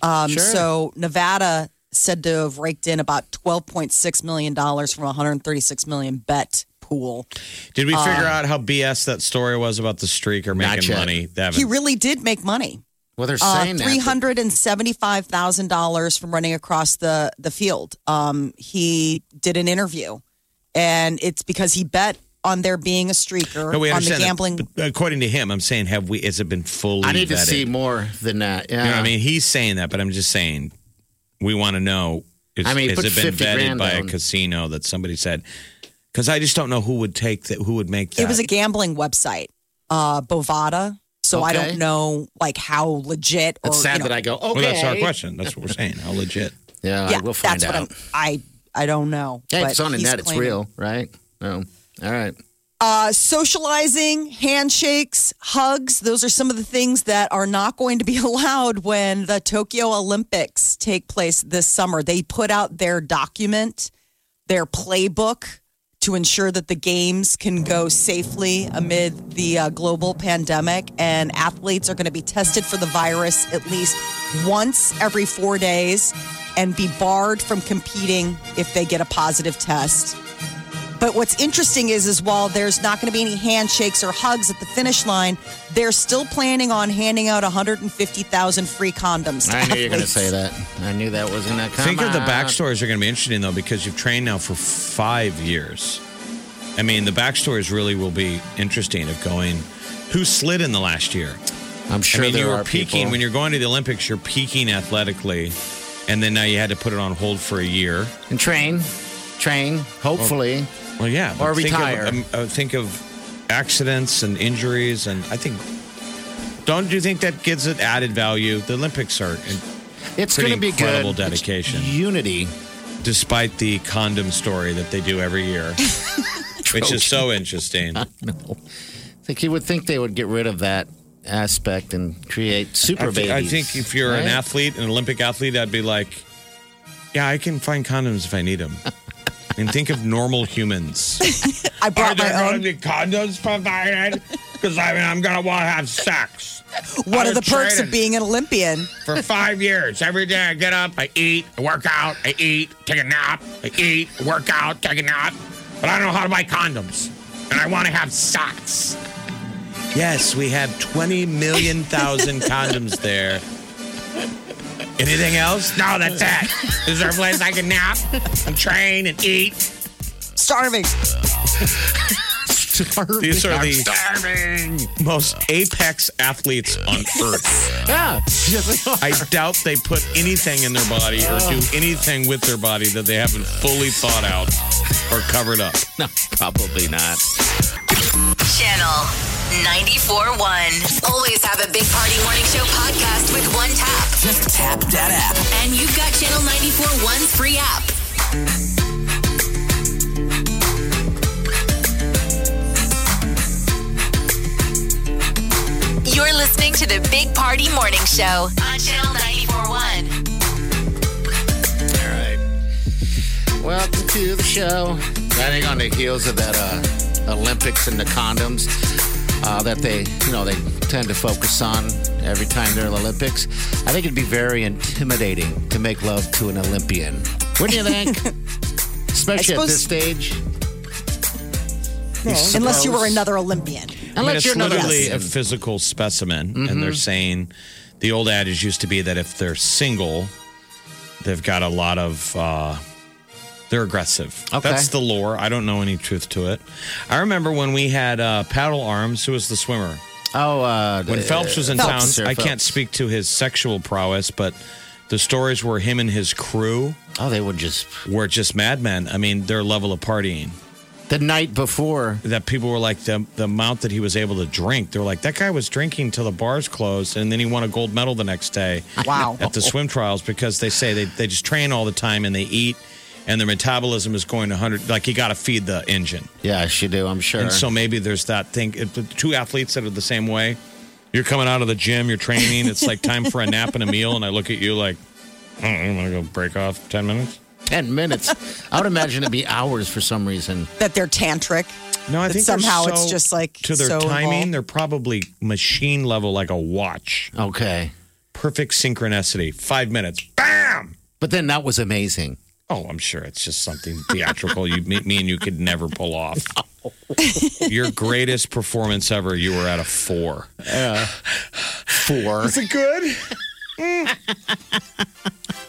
S1: Um,
S2: Sure.
S1: So Nevada said to have raked in about twelve point six million dollars from a one hundred thirty six million bet pool.
S3: Did we
S2: Uh,
S3: figure out how BS that story was about the streaker
S2: Not
S3: making
S2: yet.
S3: money? They haven't-
S1: He really did make money.
S2: Well, they're
S1: Uh,
S2: saying that.
S1: three hundred and seventy five thousand dollars from running across the the field. Um, he did an interview, and it's because he bet on there being a streaker
S3: No, we
S1: on the
S3: understand that,
S1: gambling.
S3: but uh, according to him, I'm saying, have we? Has it been fully?
S2: I need to
S3: vetted?
S2: see more than that.
S3: You
S2: Yeah.
S3: know what I mean, he's saying that, but I'm just saying we want to know. Is,
S2: I mean,
S3: has
S2: put
S3: it been
S2: 50
S3: vetted
S2: grand
S3: by
S2: down.
S3: a casino that somebody said? Because I just don't know who would take that. Who would make that?
S1: It was a gambling website, uh, Bovada. So I
S2: Okay.
S1: don't know like how legit or
S2: It's sad
S1: you know,
S2: that I go, okay.
S3: Well, that's our question. That's what we're saying. How legit?
S2: Yeah,
S1: yeah,
S2: we'll find
S1: that's
S2: out.
S1: what I'm, I I don't know.
S2: hey, if
S1: but
S2: it's on the
S1: he's
S2: net. It's
S1: claiming-
S2: real, right? No. All right.
S1: Uh, socializing, handshakes, hugs. Those are some of the things that are not going to be allowed when the Tokyo Olympics take place this summer. They put out their document, their playbook to ensure that the games can go safely amid the uh, global pandemic. And athletes are going to be tested for the virus at least once every four days and be barred from competing if they get a positive test. But what's interesting is, is while there's not going to be any handshakes or hugs at the finish line, they're still planning on handing out 150,000 free condoms. To
S2: I knew you were going to
S1: athletes.
S2: say that. I knew that was going to come
S3: Think of the
S2: out.
S3: backstories are going to be interesting though, because you've trained now for five years. I mean, the backstories really will be interesting of going who slid in the last year.
S2: I'm sure
S3: I mean,
S2: there
S3: you
S2: are
S3: were peaking
S2: people.
S3: when you're going to the Olympics. You're peaking athletically, and then now you had to put it on hold for a year.
S2: and train, train. Hopefully,
S3: Well, yeah,
S2: Or
S3: but think of-
S2: retire.
S3: um, uh, think of accidents and injuries, and I think. Don't you think that gives it added value? The Olympics are, and
S2: it's
S3: Pretty
S2: going to be
S3: incredible
S2: good.
S3: dedication.
S2: It's unity.
S3: despite the condom story that they do every year, which is so interesting.
S2: I think you would think they would get rid of that aspect and create super
S3: I, thi- I
S2: babies.
S3: think if you're an
S2: right?
S3: athlete, an Olympic athlete, I'd be like, yeah, I can find condoms if I need them. and think of normal humans.
S1: I brought my own.
S3: be condoms provided? Because I mean, I'm gonna want to have sex
S1: One of the
S3: I've
S1: perks
S3: tried
S1: of
S3: it.
S1: being an Olympian.
S3: for five years. Every day I get up, I eat, I work out, I eat, take a nap, I eat, work out, take a nap. But I don't know how to buy condoms, and I want to have socks. Yes, we have 20 million thousand condoms there. Anything else? No, that's it. Is there a place I can nap and train and eat?
S1: Starving.
S2: starving.
S3: These are
S2: I'm
S3: the-
S2: starving.
S3: Most apex athletes on earth.
S2: Yeah. Ah!
S3: I doubt they put anything in their body or do
S2: Oh.
S3: anything with their body that they haven't fully thought out or covered up.
S2: no, probably not.
S4: Channel 94.1. Always have a Big Party Morning Show podcast with one tap. Just tap that app. And you've got Channel 94.1's free app. You're listening to the Big Party Morning Show on Channel 94.1.
S2: All right. Welcome to the show. I think on the heels of that uh, Olympics and the condoms uh, that they, you know, they tend to focus on every time they're in the Olympics. I think it'd be very intimidating to make love to an Olympian. What do you think? Especially at
S1: suppose-
S2: this stage.
S1: Unless you
S2: Suppose.
S1: were another Olympian.
S3: I mean,
S2: Unless
S3: it's
S2: you're another
S3: literally a
S2: lesson.
S3: physical specimen, and they're
S2: Mm-hmm.
S3: saying the old adage used to be that if they're single, they've got a lot of. Uh, they're aggressive.
S2: Okay.
S3: That's the lore. I don't know any truth to it. I remember when we had uh, paddle arms. Who was the swimmer?
S2: Oh, uh,
S3: When Phelps was in
S1: Phelps.
S3: town,
S2: Sir
S3: I can't
S2: Phelps.
S3: speak to his sexual prowess, but the stories were him and his crew
S2: oh, they would just
S3: were just madmen. I mean, their level of partying.
S2: the night before.
S3: that people were like the the amount that he was able to drink. They were like that guy was drinking till the bars closed, and then he won a gold medal the next day.
S1: Wow.
S3: At the swim trials, because they say they they just train all the time and they eat, and their metabolism is going to hundred. Like you got to feed the engine,
S2: Yeah, she do. I'm sure.
S3: and so maybe there's that thing. If the two athletes that are the same way, you're coming out of the gym, you're training. It's like time for a nap and a meal, and I look at you like, I don't know, I'm gonna go break off ten minutes.
S2: Ten minutes. I would imagine it'd be hours for some reason.
S1: That they're tantric.
S3: No, I
S1: That
S3: think they're
S1: somehow
S3: so-
S1: it's just, like,
S3: to their
S1: so
S3: timing,
S1: involved.
S3: they're probably machine level, like a watch.
S2: Okay.
S3: perfect synchronicity. Five minutes, bam.
S2: But then that was amazing.
S3: Oh, I'm sure it's just something theatrical. you, me, me and you could never pull off. Your greatest performance ever. You were at a four.
S2: Four.
S3: it good?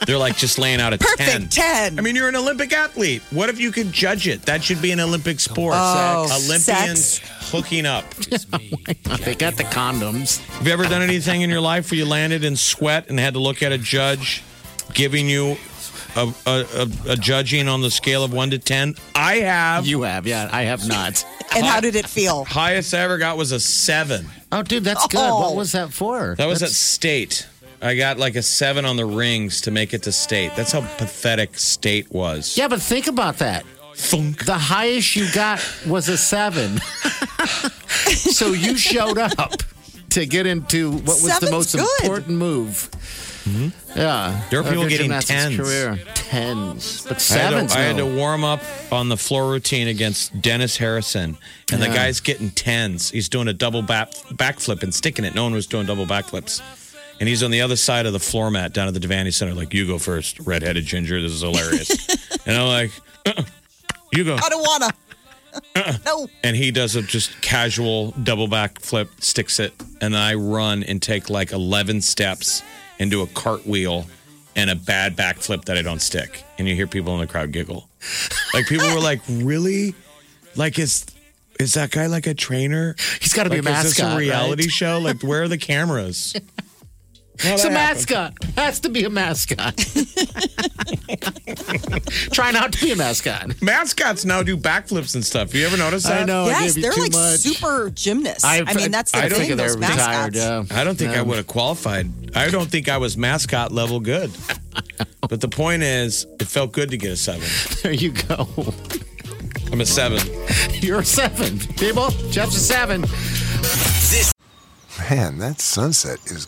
S3: They're like just laying out a ten.
S1: Perfect 10.
S3: I mean, you're an Olympic athlete. What if you could judge it? That should be an Olympic sport.
S1: Oh,
S3: Olympians hooking up.
S2: They got the condoms.
S3: Have you ever done anything in your life where you landed in sweat and had to look at a judge giving you a, a, a, a judging on the scale of one to 10? I
S1: Um,
S3: have.
S2: You have, yeah. I have not.
S1: And how did it feel?
S3: Highest I ever got was a seven.
S2: Oh, dude, that's good.
S1: Oh.
S2: What was that for?
S3: That was at
S2: That's-
S3: state. I got like a seven on the rings to make it to state. That's how pathetic state was.
S2: yeah, but think about that.
S3: Thunk.
S2: The highest you got was a seven. so you showed up to get into what was the
S1: Seven's
S2: most
S1: good.
S2: important move. Yeah.
S3: There are
S2: of
S3: Mm-hmm. people
S2: your
S3: getting
S2: gymnastics
S3: tens.
S2: Career. Tens. But
S3: I had, to,
S2: sevens.
S3: I had to
S2: no.
S3: warm up on the floor routine against Dennis Harrison, and the guy's getting tens. He's doing a double back backflip and sticking it. No one was doing double backflips, and he's on the other side of the floor mat down at the Devaney Center. Like, you go first, redheaded ginger. This is hilarious. and I'm like, "Uh-uh, you go.
S1: I don't wanna. no.
S3: And he does a just casual double backflip, sticks it, and then I run and take like eleven steps into a cartwheel and a bad backflip that I don't stick. And you hear people in the crowd giggle. Like people were like, "Really? Like is is that guy like a trainer?
S2: He's got to
S3: Like,
S2: be a mascot.
S3: is this a reality
S2: right?
S3: show? Like where are the cameras?"
S2: It's a mascot. Has to be a mascot. Try not to be a mascot.
S3: Mascots now do backflips and stuff. You ever notice that?
S1: Yes, they're like super gymnasts. I, mean, that's the
S2: I
S1: thing.
S2: think they're
S1: Those
S2: retired.
S1: mascots.
S2: Yeah.
S3: I don't think I
S2: No.
S3: would have qualified. I don't think I was mascot level good. But the point is, it felt good to get a seven.
S2: There you go.
S3: I'm a seven.
S2: You're a seven, people. Jeff's a seven.
S6: Man, that sunset is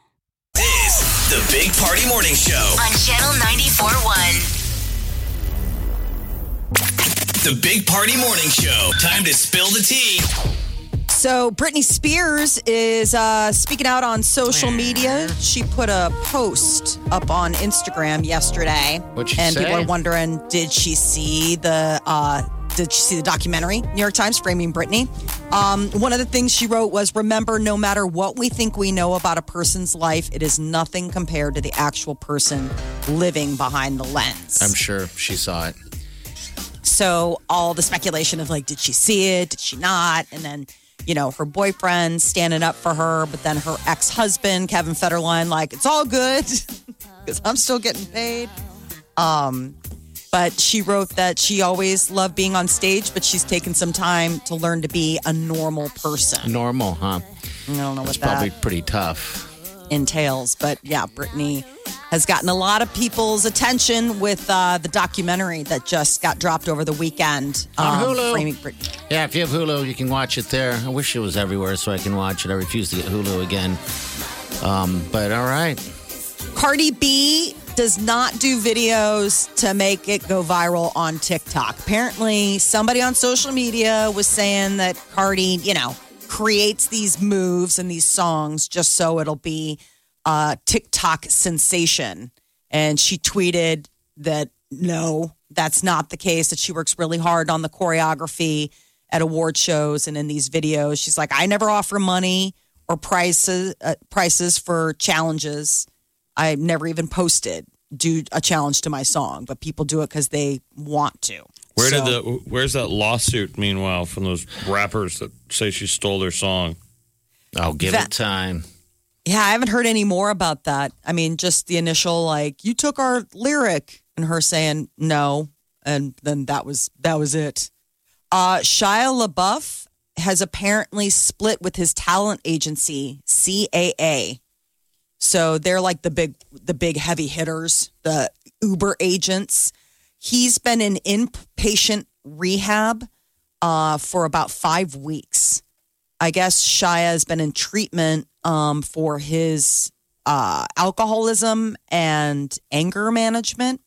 S5: This the Big Party Morning Show.
S4: On Channel 94.1.
S5: The Big Party Morning Show. Time to spill the tea.
S1: So Britney Spears is uh, speaking out on social media. She put a post up on Instagram yesterday,
S2: What'd she
S1: and people
S2: say?
S1: are wondering, did she see the uh, did she see the documentary New York Times framing Britney? Um, one of the things she wrote was, "Remember, no matter what we think we know about a person's life, it is nothing compared to the actual person living behind the lens."
S2: I'm sure she saw it.
S1: So all the speculation of like, did she see it? Did she not? And then, you know, her boyfriend standing up for her, but then her ex husband, Kevin Federline, like, it's all good because I'm still getting paid. Um, but she wrote that she always loved being on stage, but she's taken some time to learn to be a normal person.
S2: Normal, huh?
S1: I don't know
S2: It's
S1: what that
S2: probably pretty tough.
S1: entails. But yeah, Brittany has gotten a lot of people's attention with uh, the documentary that just got dropped over the weekend. um,
S2: On Hulu.
S1: Framing Britney.
S2: Yeah, if you have Hulu, you can watch it there. I wish it was everywhere so I can watch it. I refuse to get Hulu again. Um, but all right,
S1: Cardi B does not do videos to make it go viral on TikTok. Apparently, somebody on social media was saying that Cardi, you know, creates these moves and these songs just so it'll be a TikTok sensation. And she tweeted that no, that's not the case, that she works really hard on the choreography at award shows and in these videos. She's like, I never offer money or prices uh, prices for challenges. I never even posted do a challenge to my song, but people do it because they want to.
S3: Where
S1: So-
S3: did the where's that lawsuit meanwhile from those rappers that say she stole their song?
S2: I'll Oh, give
S1: That-
S2: it time.
S1: Yeah, I haven't heard any more about that. I mean, just the initial like, you took our lyric and her saying no, and then that was that was it. Uh Shia LaBeouf has apparently split with his talent agency, CAA. So they're like the big the big heavy hitters, the Uber agents. He's been in inpatient rehab uh, for about five weeks. I guess Shia has been in treatment um, for his uh, alcoholism and anger management.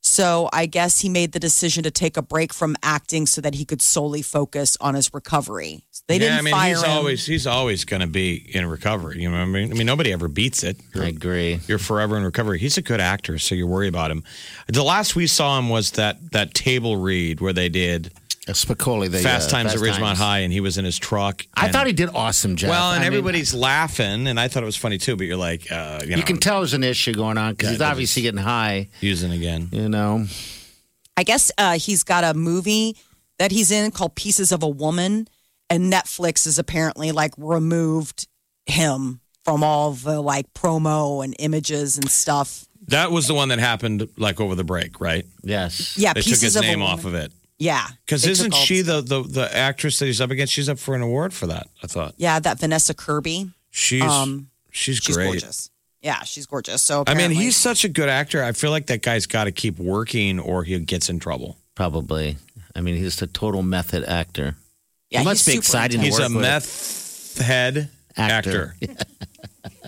S1: So I guess he made the decision to take a break from acting so that he could solely focus on his recovery. They didn't
S3: yeah, I mean
S1: fire
S3: he's
S1: him.
S3: always he's always going to be in recovery. You know what I mean? I mean nobody ever beats it.
S2: I agree.
S3: You're forever in recovery. He's a good actor, so you worry about him. The last we saw him was that that table read where they did
S2: Spicoli, the
S3: Fast
S2: uh,
S3: Times at Ridgemont
S2: Times.
S3: High, and he was in his truck.
S2: I
S3: and-
S2: thought he did awesome, Jeff.
S3: well, and
S2: I mean,
S3: everybody's laughing, and I thought it was funny too. But you're like, uh, you know,
S2: you can tell there's an issue going on because he's
S3: that
S2: obviously getting high.
S3: using again.
S2: You know,
S1: I guess uh, he's got a movie that he's in called Pieces of a Woman, and Netflix has apparently like removed him from all the like promo and images and stuff.
S3: That was the one that happened like over the break, right?
S2: yes.
S1: Yeah,
S3: They took
S1: Pieces
S3: his
S1: of
S3: name
S1: a Woman.
S3: off of it.
S1: Yeah,
S3: Because
S1: They
S3: isn't
S1: took all-
S3: she the, the the actress that he's up against? She's up for an award for that. I thought
S1: Yeah, that Vanessa Kirby.
S3: she's
S1: Um,
S3: she's
S1: She's
S3: great.
S1: gorgeous. Yeah, she's gorgeous. So
S3: I mean,
S1: apparently-
S3: he's such a good actor. I feel like that guy's got to keep working, or he gets in trouble.
S2: Probably. I mean, he's a total method actor.
S1: yeah,
S2: he must
S1: he's super
S2: be excited.
S1: intense.
S3: He's a
S2: work with-
S3: meth head actor.
S2: Actor.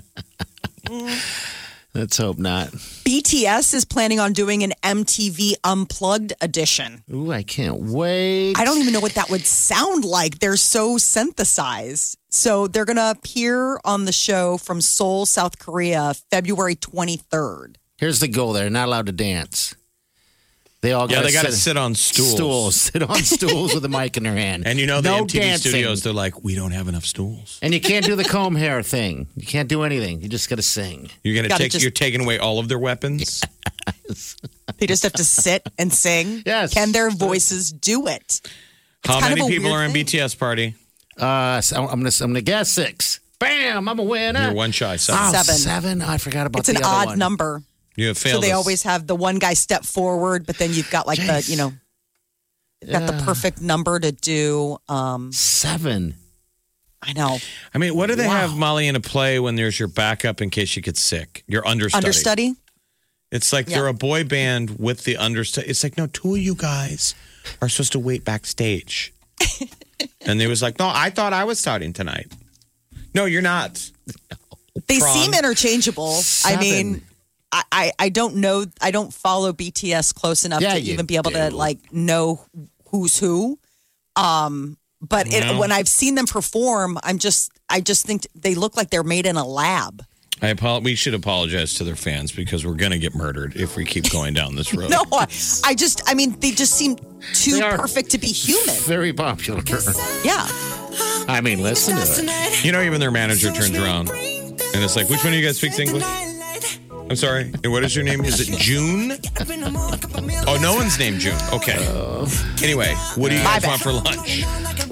S2: Let's hope not.
S1: BTS is planning on doing an MTV Unplugged edition.
S2: Ooh, I can't wait.
S1: I don't even know what that would sound like. They're so synthesized. So they're going to appear on the show from Seoul, South Korea, February 23rd.
S2: Here's the goal: they're not allowed to dance. They all
S3: Yeah,
S2: gotta
S3: they got to sit on stools.
S2: stools, sit on stools with a mic in their hand,
S3: And you know the
S2: no
S3: MTV
S2: dancing.
S3: studios, they're like, we don't have enough stools.
S2: And you can't do the comb hair thing. You can't do anything. You just got to sing.
S3: You're gonna
S1: Gotta
S3: take.
S1: just-
S3: you're taking away all of their weapons.
S1: They just have to sit and sing.
S2: Yes.
S1: Can their voices do it?
S3: How
S1: kind of
S3: many
S1: a
S3: people
S1: weird
S3: are in
S1: thing.
S3: BTS party?
S2: Uh, so I'm gonna I'm gonna guess six. Bam! I'm a
S1: uh,
S2: winner.
S3: You're one shy. So
S2: Oh,
S1: Seven.
S2: seven? I forgot about
S1: It's
S2: the
S1: an
S2: other
S1: odd
S2: one.
S1: number.
S3: you have
S1: ah. So
S3: failed.
S1: they
S3: us.
S1: always have the one guy step forward, but then you've got like
S2: Jeez.
S1: the, you know, you've got the perfect number to do. Um,
S2: Seven.
S1: I know.
S3: I mean, what do they have Molly in a play when there's your backup in case you get sick? Your understudy.
S1: Understudy?
S3: It's like they're a boy band with the understudy. It's like, no, two of you guys are supposed to wait backstage. and they was like, no, I thought I was starting tonight. No, you're not.
S1: They
S3: Prom.
S1: seem interchangeable. I
S2: Seven.
S1: mean, I, I, I don't know. I don't follow BTS close enough
S2: Yeah,
S1: to
S2: you
S1: even be able to
S2: do.
S1: like know who's who. Um, but it,
S3: No.
S1: when I've seen them perform, I'm just I just think they look like they're made in a lab.
S3: I apo- we should apologize to their fans because we're going to get murdered if we keep going down this road.
S1: No, I, I just I mean they just seem too
S2: They are.
S1: perfect to be human.
S2: Very popular.
S1: Yeah.
S2: I mean, listen to it.
S3: You know, even their manager turns around and it's like, which one of you guys speaks English? I'm sorry. And what is your name? Is it June? Oh, no one's named June. Okay. Anyway, what do you guys want for lunch?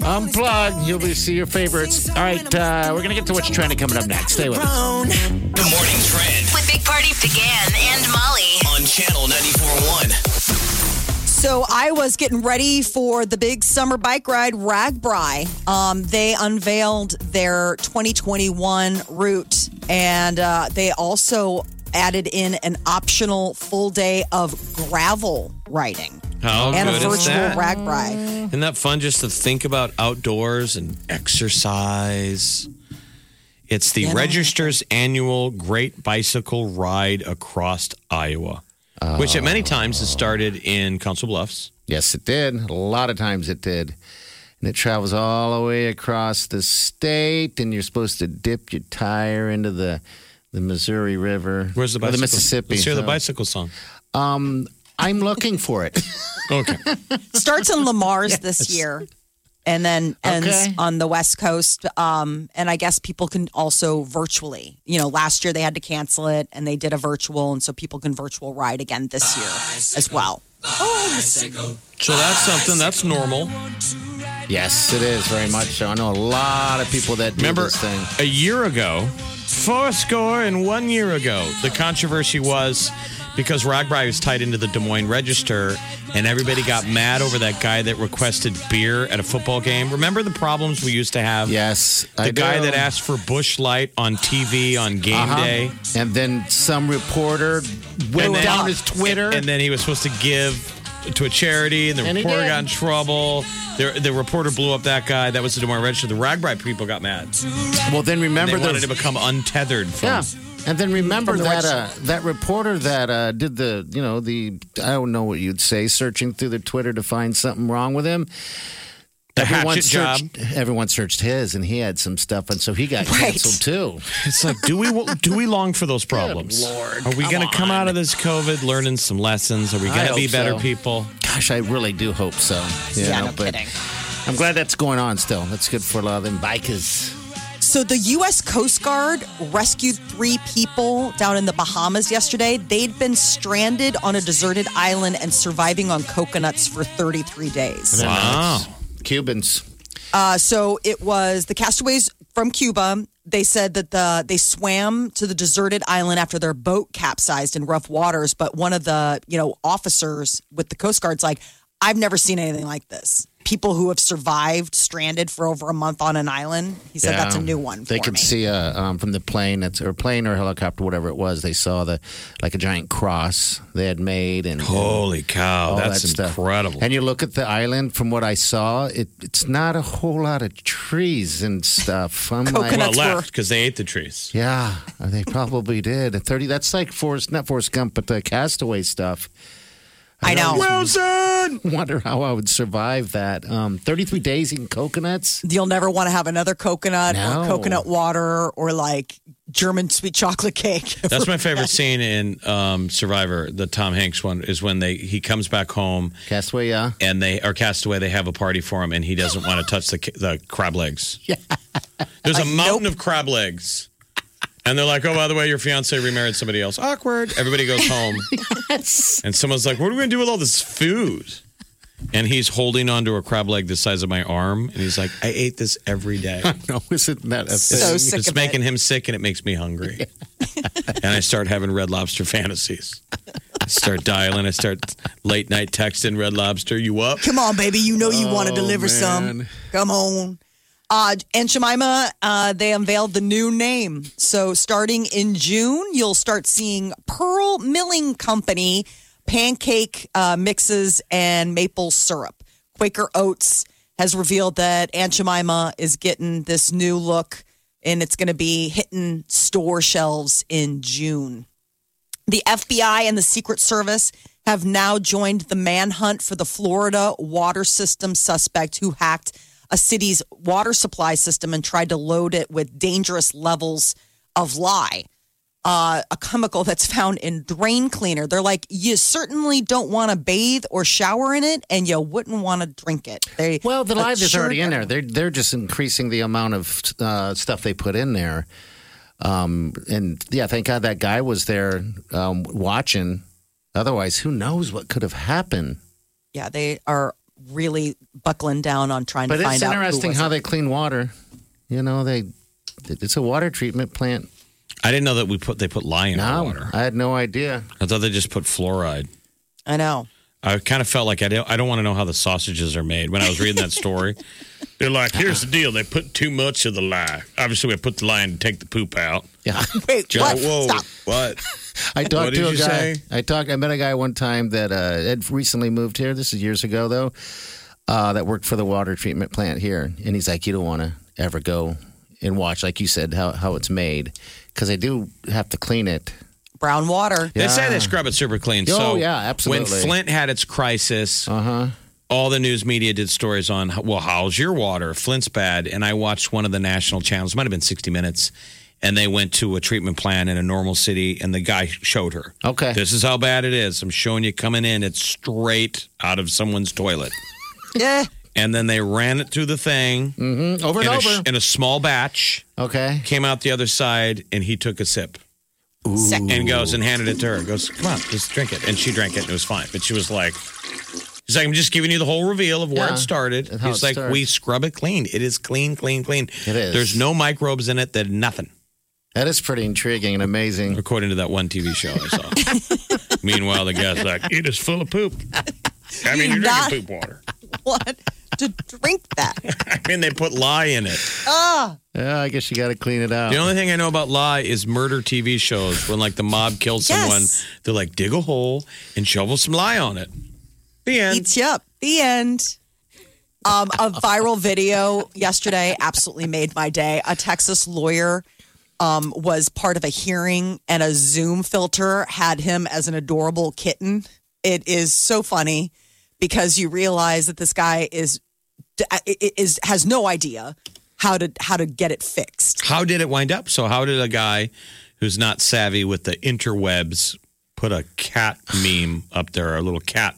S2: Unplug. You'll be see your favorites. All right, uh, we're gonna get to what's trending coming up next. Stay with us.
S5: The morning trend
S4: With Big Party began and Molly.
S5: on channel 941.
S1: So I was getting ready for the big summer bike ride, Ragbri. Um, they unveiled their 2021 route, and uh, they also added in an optional full day of gravel riding
S3: How
S1: and a
S3: good is
S1: virtual
S3: that?
S1: rag ride.
S3: Isn't that fun just to think about outdoors and exercise? It's the Register's annual Great Bicycle Ride Across Iowa, which at many times has started in Council Bluffs.
S2: Yes, it did. A lot of times it did. And it travels all the way across the state, and you're supposed to dip your tire into the the Missouri River.
S3: Where's the bicycle?
S2: Or Oh, the Mississippi.
S3: Let's hear the
S2: So,
S3: bicycle song.
S2: I'm looking for it.
S3: Okay.
S1: Starts in Lamar's this year, and then ends
S2: Okay.
S1: on the West Coast. Um, and I guess people can also virtually. You know, last year they had to cancel it, and they did a virtual, and so people can virtual ride again this year as well.
S3: So that's something that's normal.
S2: yes, it is very much so. I know a lot of people that do
S3: Remember,
S2: this thing.
S3: a year ago, four score and one year ago, the controversy was because Ragbri was tied into the Des Moines Register, and everybody got mad over that guy that requested beer at a football game. Remember the problems we used to have?
S2: Yes,
S3: The
S2: I
S3: guy
S2: do.
S3: that asked for Bush Light on TV on game
S2: Uh-huh.
S3: day.
S2: and then some reporter went
S3: then-
S2: down his Twitter.
S3: And then he was supposed to give to a charity, and the
S2: And he
S3: reporter
S2: did.
S3: got in trouble. The, the reporter blew up that guy. That was the Des Moines Register. The Ragbright people got mad.
S2: well, then
S3: They
S2: remember
S3: wanted to
S2: the
S3: become untethered from.
S2: Yeah. And then remember
S1: From the
S2: that
S1: website.
S2: uh, that reporter that uh, did the you know the I don't know what you'd say searching through the Twitter to find something wrong with him.
S3: The hatchet job.
S2: searched, everyone searched his, and he had some stuff, and so he got
S1: Right.
S2: canceled too.
S3: It's like, do we do we long for those problems?
S2: Lord,
S3: are we
S2: come
S3: going to come
S2: on.
S3: out of this COVID learning some lessons? Are we
S2: I
S3: going to be
S2: hope
S3: better
S2: so.
S3: people?
S2: Gosh, I really do hope so. you
S1: Yeah,
S2: know,
S1: no
S2: but
S1: kidding.
S2: I'm glad that's going on still. That's good for a lot of them bikers.
S1: So the U.S. Coast Guard rescued three people down in the Bahamas yesterday. They'd been stranded on a deserted island and surviving on coconuts for 33 days.
S2: They're
S3: Wow.
S2: nuts. Cubans.
S1: Uh, so it was the castaways from Cuba. They said that the they swam to the deserted island after their boat capsized in rough waters. But one of the you know officers with the Coast Guard's like, I've never seen anything like this. People who have survived stranded for over a month on an island. He said that's a new one.
S2: They
S1: for
S2: could
S1: me.
S2: see uh, um, from the plane, that's, or plane or helicopter, whatever it was. They saw the like a giant cross they had made, and
S3: Holy cow,
S2: all
S3: that's
S2: Oh, that stuff.
S3: incredible.
S2: And you look at the island. From what I saw, it, it's not a whole lot of trees and stuff. I'm
S3: well,
S2: like,
S1: Coconuts were-
S3: left because they ate the trees.
S2: yeah, they probably did. A Thirty. That's like Forrest, not Forrest Gump, but the Castaway stuff.
S1: I know.
S2: Wilson. Wonder how I would survive that. Um, Thirty-three days eating coconuts.
S1: You'll never want to have another coconut or
S2: No.
S1: coconut water or like German sweet chocolate cake.
S3: That's my favorite scene in um, Survivor, the Tom Hanks one, is when they he comes back home
S2: Castaway. Yeah.
S3: and they are Castaway. They have a party for him, and he doesn't want to touch the the crab legs. Yeah. There's a mountain of crab legs, and they're like, "Oh, by the way, your fiance remarried somebody else." Awkward. Everybody goes home, and someone's like, "What are we gonna do with all this food?" And he's holding onto a crab leg the size of my arm, and he's like, "I ate this every day."
S2: No, isn't that a thing?
S1: So sick
S3: it's
S1: of
S3: making him sick, and it makes me hungry. and I start having Red Lobster fantasies. I start dialing. I start late night texting Red Lobster. You up?
S1: Come on, baby. You know you want to deliver some.
S2: man.
S1: Come on. Uh, Aunt Jemima, uh, they unveiled the new name. So starting in June, you'll start seeing Pearl Milling Company pancake uh, mixes and maple syrup. Quaker Oats has revealed that Aunt Jemima is getting this new look, and it's going to be hitting store shelves in June. The FBI and the Secret Service have now joined the manhunt for the Florida water system suspect who hacked a city's water supply system and tried to load it with dangerous levels of lye, uh, a chemical that's found in drain cleaner. They're like, you certainly don't want to bathe or shower in it, and you wouldn't want to drink it. They
S2: Well, the live is
S1: assured-
S2: already in there. They're they're just increasing the amount of uh, stuff they put in there. Um, and yeah, thank God that guy was there um, watching. Otherwise, who knows what could have happened?
S1: Yeah, they are really buckling down on trying
S2: But
S1: to find
S2: it's
S1: out. who
S2: interesting
S1: was
S2: how
S1: it.
S2: they clean water. You know, they it's a water treatment plant.
S3: I didn't know that we put they put lye in our
S2: No,
S3: water.
S2: I had no idea.
S3: I thought they just put fluoride.
S1: I know.
S3: I kind of felt like I don't, I don't want to know how the sausages are made when I was reading that story. They're like, here's the deal. They put too much of the lye. Obviously, we put the lye in to take the poop out.
S2: Yeah.
S1: Wait, what?
S3: whoa,
S1: Stop.
S3: what?
S2: I
S3: What
S2: talked
S3: did
S2: to a
S3: you
S2: guy.
S3: say?
S2: I talked. I met a guy one time that uh, had recently moved here. This is years ago, though. Uh, that worked for the water treatment plant here, and he's like, "You don't want to ever go and watch, like you said, how how it's made, because they do have to clean it."
S1: Brown water.
S3: They say they scrub it super clean.
S2: Oh,
S3: so
S2: yeah, absolutely. Uh.
S3: When Flint had its crisis,
S2: Uh-huh.
S3: all the news media did stories on, well, how's your water? Flint's bad. And I watched one of the national channels, might have been 60 Minutes, and they went to a treatment plant in a normal city, and the guy showed her.
S2: Okay.
S3: This is how bad it is. I'm showing you coming in. It's straight out of someone's toilet.
S1: Yeah.
S3: And then they ran it through the thing
S2: Mm, Over
S3: in
S2: and
S3: a,
S2: over.
S3: sh- in a small batch,
S2: okay.
S3: came out the other side, and he took a sip
S1: Sick.
S3: and goes and handed it to her. Goes, come on, just drink it. And she drank it and it was fine. But she was like, he's like, I'm just giving you the whole reveal of where
S2: Yeah,
S3: it started.
S2: and how
S3: He's
S2: it
S3: like,
S2: starts.
S3: we scrub it clean. It is clean, clean, clean.
S2: It is.
S3: There's no microbes in it. That nothing,
S2: That is pretty intriguing and amazing.
S3: according to that one TV show I saw. Meanwhile, the guy's like, it is full of poop. I mean, you're
S1: Not-
S3: drinking poop water.
S1: What? to drink that. Ah,
S3: I mean, they put lye in it.
S2: Yeah, I guess you got to clean it out.
S3: The only thing I know about lie is murder TV shows. When like the mob killed someone,
S1: Yes.
S3: they're like dig a hole and shovel some lie on it. The end.
S1: Eats you up. The end. Um, a viral video yesterday absolutely made my day. A Texas lawyer um, was part of a hearing, and a Zoom filter had him as an adorable kitten. It is so funny because you realize that this guy is uh, is has no idea how to how to get it fixed.
S3: How did it wind up? So how did a guy who's not savvy with the interwebs put a cat meme up there, a little cat?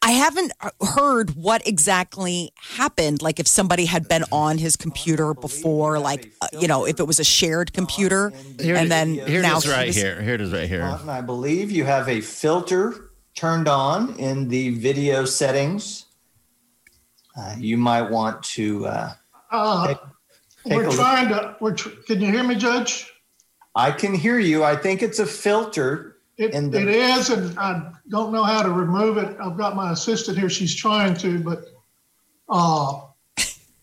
S1: I haven't uh, heard what exactly happened. Like if somebody had been on his computer before, like uh, you know, if it was a shared computer,
S2: Here it-
S1: and then
S2: here
S1: now
S2: it is right
S1: he was-
S2: here. Here it is right here.
S7: And I believe you have a filter turned on in the video settings. Uh, you might want to. Uh,
S8: Uh,
S7: Take a
S8: We're
S7: look.
S8: trying to, we're, tr- Uh, can you hear me, Judge?
S7: I can hear you. I think it's a filter.
S8: It,
S7: In the-
S8: it is, and I don't know how to remove it. I've got my assistant here. She's trying to, but, uh,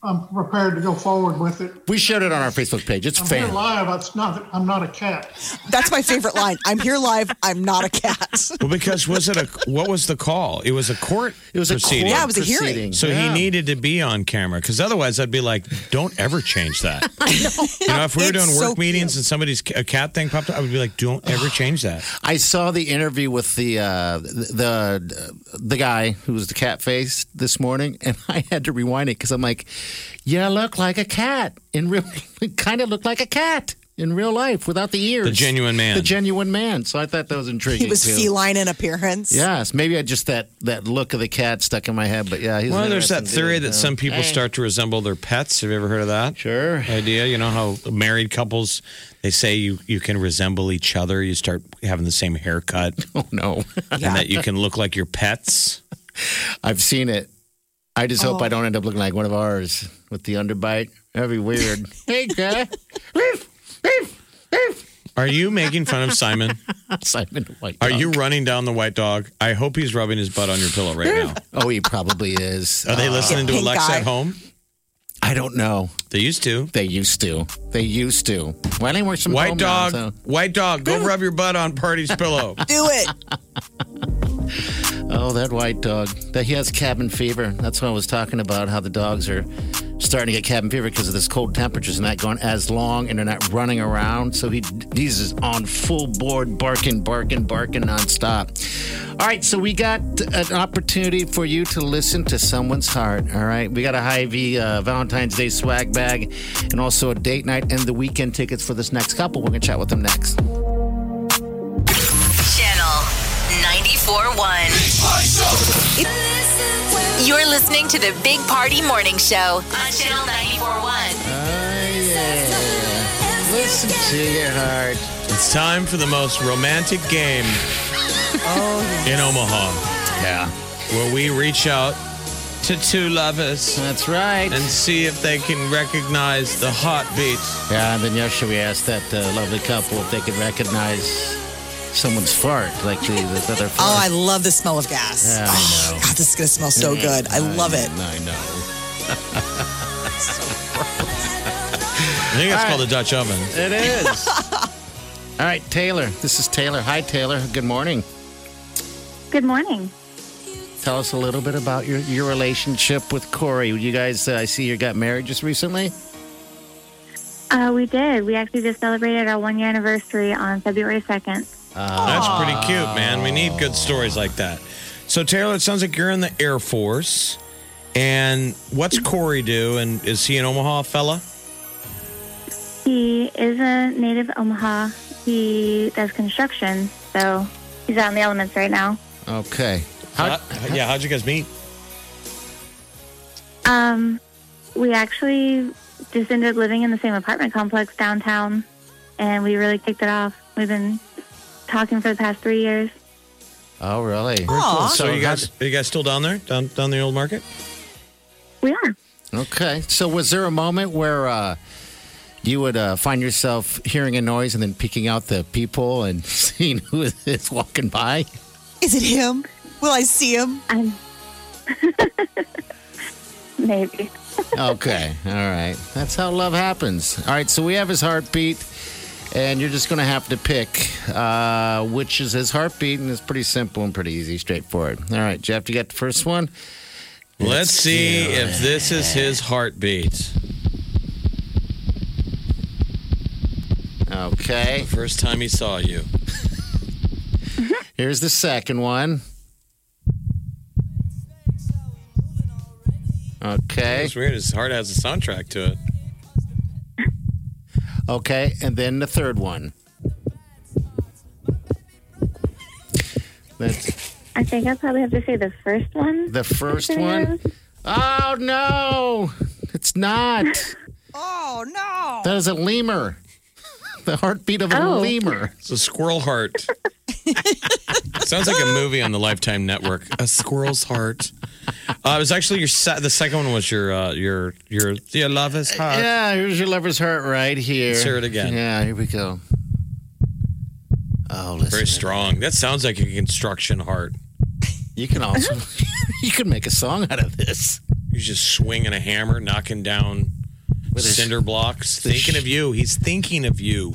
S8: I'm prepared to go forward with it.
S2: We shared it on our Facebook page.
S1: Oh,
S2: It's
S8: I'm here
S2: fan.
S8: live. It's not, I'm not a cat.
S1: That's my favorite line. I'm here live. I'm not a cat.
S3: Well, because was it a what was the call? It was a court.
S2: It was a
S3: proceeding.
S1: Yeah, it was a hearing.
S3: So
S2: Yeah.
S3: he needed to be on camera because otherwise I'd be like, don't ever change that. You know, if we were
S1: It's
S3: doing work
S1: so
S3: meetings and somebody's a cat thing popped up, I would be like, don't ever change that.
S2: I saw the interview with the uh, the the guy who was the cat face this morning, and I had to rewind it because I'm like, "Yeah, I look like a cat in real, kind of look like a cat in real life without the ears."
S3: The genuine man.
S2: the genuine man. So I thought that was intriguing.
S1: He was
S2: too.
S1: feline in appearance.
S2: Yes, maybe I just that that look of the cat stuck in my head, but yeah, he's
S3: well,
S2: an
S3: there's that
S2: interesting
S3: theory
S2: dude,
S3: that
S2: so.
S3: some people start to resemble their pets. Have you ever heard of that?
S2: sure.
S3: idea. You know how married couples they say you you can resemble each other. You start having the same haircut,
S2: Oh no,
S3: and that you can look like your pets.
S2: I've seen it. I just
S1: Oh.
S2: hope I don't end up looking like one of ours with the underbite. That'd be weird. hey, cat. Leaf, leaf, leaf.
S3: Are you making fun of Simon?
S2: Simon White.
S3: Are you running down the white dog? I hope he's rubbing his butt on your pillow right now.
S2: Oh, he probably is.
S3: Are they
S2: Uh,
S3: listening to
S1: Pink
S3: Alexa
S1: eye.
S3: at home?
S2: I don't know.
S3: They used to.
S2: They used to. They used to. Why didn't work some
S3: White dog, white dog, go rub your butt on Party's pillow.
S1: Do it.
S2: Oh, that white dog. That he has cabin fever. That's what I was talking about. How the dogs are starting to get cabin fever because of this cold temperatures and not going as long, and they're not running around. So he he's just on full board, barking, barking, barking nonstop. All right, so we got an opportunity for you to listen to someone's heart. All right, we got a high V uh, Valentine's Day swag bag, and also a date night and the weekend tickets for this next couple. We're gonna chat with them next.
S4: Channel 94.1. You're listening to the Big Party Morning Show on Channel 94.1.
S2: yeah. Listen to your heart.
S3: it's time for the most romantic game in Omaha,
S2: Yeah,
S3: where we reach out to two lovers
S2: that's right.
S3: and see if they can recognize the heartbeats.
S2: Yeah, and then yesterday we asked that uh, lovely couple if they could recognize someone's fart, like the, the other fart.
S1: Oh, I love the smell of gas.
S2: Yeah, I
S1: Oh,
S2: know.
S1: God, this is gonna smell so
S3: Mm-hmm.
S1: good. I love it.
S2: I know.
S3: I think that's called a Dutch oven.
S2: It is. All right, Taylor. This is Taylor. Hi, Taylor. Good morning.
S9: Good morning.
S2: Tell us a little bit about your, your relationship with Corey. You guys, uh, I see you got married just recently.
S9: Uh, we did. We actually just celebrated our one year anniversary on February 2nd.
S3: That's pretty cute, man. We need good stories like that. So, Taylor, it sounds like you're in the Air Force. And what's Corey do? And is he an Omaha fella?
S9: He is a native Omaha. He does construction, so he's out in the elements right now.
S2: Okay. How,
S3: Uh, yeah, how'd you guys meet?
S9: Um, we actually just ended up living in the same apartment complex downtown, and we really kicked it off. We've been talking for the past three years.
S2: oh, really?
S1: Aw.
S3: So, you guys, are you guys still down there, down down the old market?
S9: We are.
S2: Okay. So was there a moment where uh, you would uh, find yourself hearing a noise and then picking out the people and seeing who is walking by?
S1: Is it him? Will I see him?
S9: I'm. Maybe.
S2: Okay. All right. That's how love happens. All right. So we have his heartbeat, and you're just going to have to pick uh, which is his heartbeat, and it's pretty simple and pretty easy, straightforward. All right, Jeff, you got the first one?
S3: Let's see if this is his heartbeat.
S2: Okay.
S3: First time he saw you.
S2: Here's the second one. Okay.
S3: It's weird. His heart has a soundtrack to it.
S2: Okay. And then the third one. That's
S9: I think I probably have to say the first one.
S2: the first one. Oh, no. It's not.
S1: Oh no.
S2: That is a lemur. The heartbeat of a
S9: Oh.
S2: lemur.
S3: It's a squirrel heart. Sounds like a movie on the Lifetime Network. A squirrel's heart. Uh, it was actually your se- the second one was your uh, your your your lover's heart.
S2: yeah, here's your lover's heart right here.
S3: Uh, Let's hear it again.
S2: Yeah, here we go. Oh, listen.
S3: Very strong. That sounds like a construction heart.
S2: You can also you can make a song out of this.
S3: You're just swinging a hammer, knocking down
S2: With his-
S3: cinder blocks,
S2: the
S3: thinking
S2: sh-
S3: of you. He's thinking of you.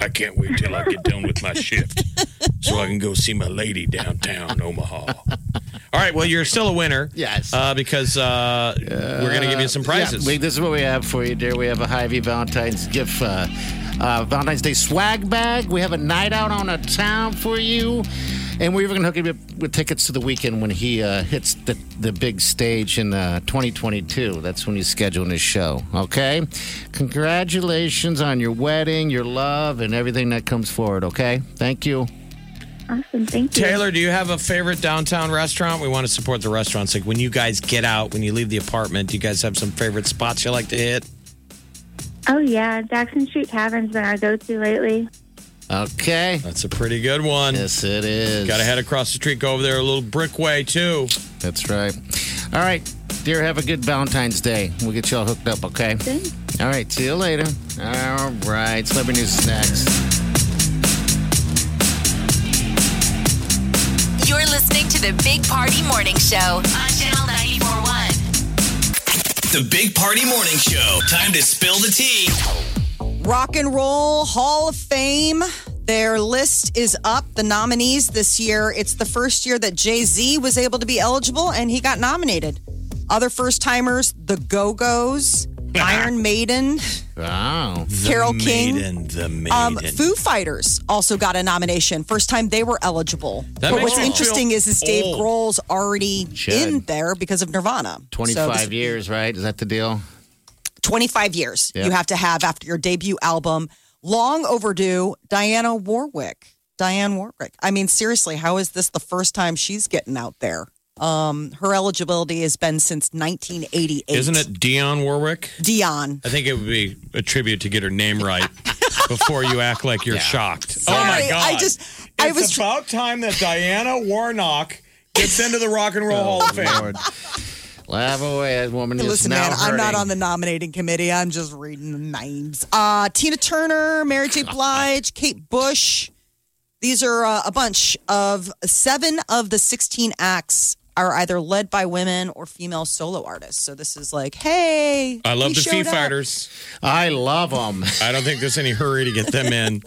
S3: I can't wait till I get done with my shift so I can go see my lady downtown Omaha. All right, well, you're still a winner.
S2: Yes.
S3: Uh, because uh, we're going to give you some prizes.
S2: Yeah, we- this is what we have for you, dear. We have a Hy-Vee Valentine's gift, uh, uh, Valentine's Day swag bag. We have a night out on a town for you. And we were going to hook him up with tickets to the weekend when he uh, hits the, the big stage in uh, 2022. That's when he's scheduling his show. Okay? Congratulations on your wedding, your love, and everything that comes forward. Okay? Thank you.
S9: Awesome. Thank you.
S3: Taylor, do you have a favorite downtown restaurant? We want to support the restaurants. Like when you guys get out, when you leave the apartment, do you guys have some favorite spots you like to hit?
S9: Oh, yeah. Jackson Street Tavern's been our go to lately.
S2: Okay?
S3: That's a pretty good one.
S2: Yes, it is.
S3: Got to head across the street, go over there a little brickway too.
S2: That's right. All right, dear, have a good Valentine's Day. We'll get y'all hooked up, okay?
S9: Thanks.
S2: All right, see you later. All right, celebrity news is next.
S4: You're listening to the Big Party Morning Show on Channel 941.
S5: The Big Party Morning Show. Time to spill the tea.
S1: Rock and Roll Hall of Fame. Their list is up. The nominees this year. It's the first year that Jay Z was able to be eligible, and he got nominated. Other first timers: The Go Go's, Iron Maiden,
S2: Wow.
S1: Carole King.
S3: Maiden, the maiden.
S1: um, Foo Fighters. Also got a nomination. First time they were eligible.
S3: That
S1: but
S3: makes
S1: what's
S3: me feel
S1: interesting is, is Dave
S3: old.
S1: Grohl's already
S2: Should.
S1: in there because of Nirvana. So
S2: 25
S1: this-
S2: years, right? Is that the deal?
S1: 25 years
S2: Yeah.
S1: you have to have after your debut album. Long overdue, Diana Warwick. Diane Warwick. I mean, seriously, how is this the first time she's getting out there? Um, her eligibility has been since 1988.
S3: Isn't it Dion Warwick?
S1: Dion?
S3: I think it would be a tribute to get her name right before you act like you're shocked. oh my
S1: Sorry,
S3: God.
S1: I just, I
S3: it's
S1: was
S3: about time that Diana Warnock gets into the Rock
S1: Oh,
S3: and Roll Hall of Fame.
S2: Lord. Laugh away, that woman is
S1: Listen,
S2: now
S1: man, I'm not
S2: hurting.
S1: on the nominating committee. I'm just reading the names. Uh, Tina Turner, Mary J. Blige, Kate Bush. These are uh, a bunch of seven of the 16 acts are either led by women or female solo artists. So this is like, hey,
S3: I love
S1: we
S3: the Foo
S1: showed up.
S3: Fighters.
S2: I love them.
S3: I don't think there's any hurry to get them in.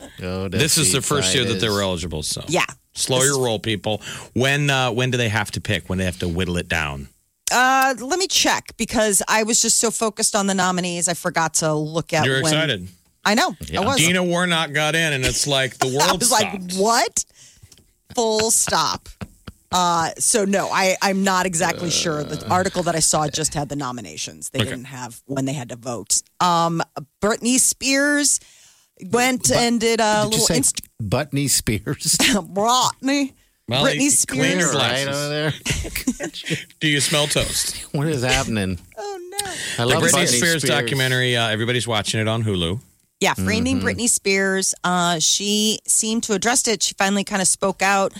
S3: This is the first year that they were eligible, so
S1: Yeah.
S3: Slow your roll, people. When uh, when do they have to pick? When they have to whittle it down?
S1: Uh, let me check because I was just so focused on the nominees, I forgot to look at.
S3: You're
S1: when-
S3: excited.
S1: I know. I was.
S3: Dina Warnock got in, and it's like the
S1: I
S3: world
S1: was
S3: stopped.
S1: like, what? Full stop. Uh, so no, I, I'm not exactly sure.
S2: Uh.
S1: The article that I saw just had the nominations. They didn't have when they had to vote. Um, Britney Spears went and did a
S2: Did you
S1: little
S2: say
S1: Inst-
S2: Butney Spears?
S1: Britney.
S3: Well,
S1: Britney
S3: you- clean your
S1: Spears.
S3: glass.
S2: right over there.
S3: Do you smell toast?
S2: What is happening?
S1: Oh no.
S2: I
S3: The
S2: love
S3: Britney
S2: Britney
S3: Spears, documentary. Uh, everybody's watching it on Hulu.
S1: Yeah, framing Britney Spears. Uh, she seemed to address it. She finally kind of spoke out,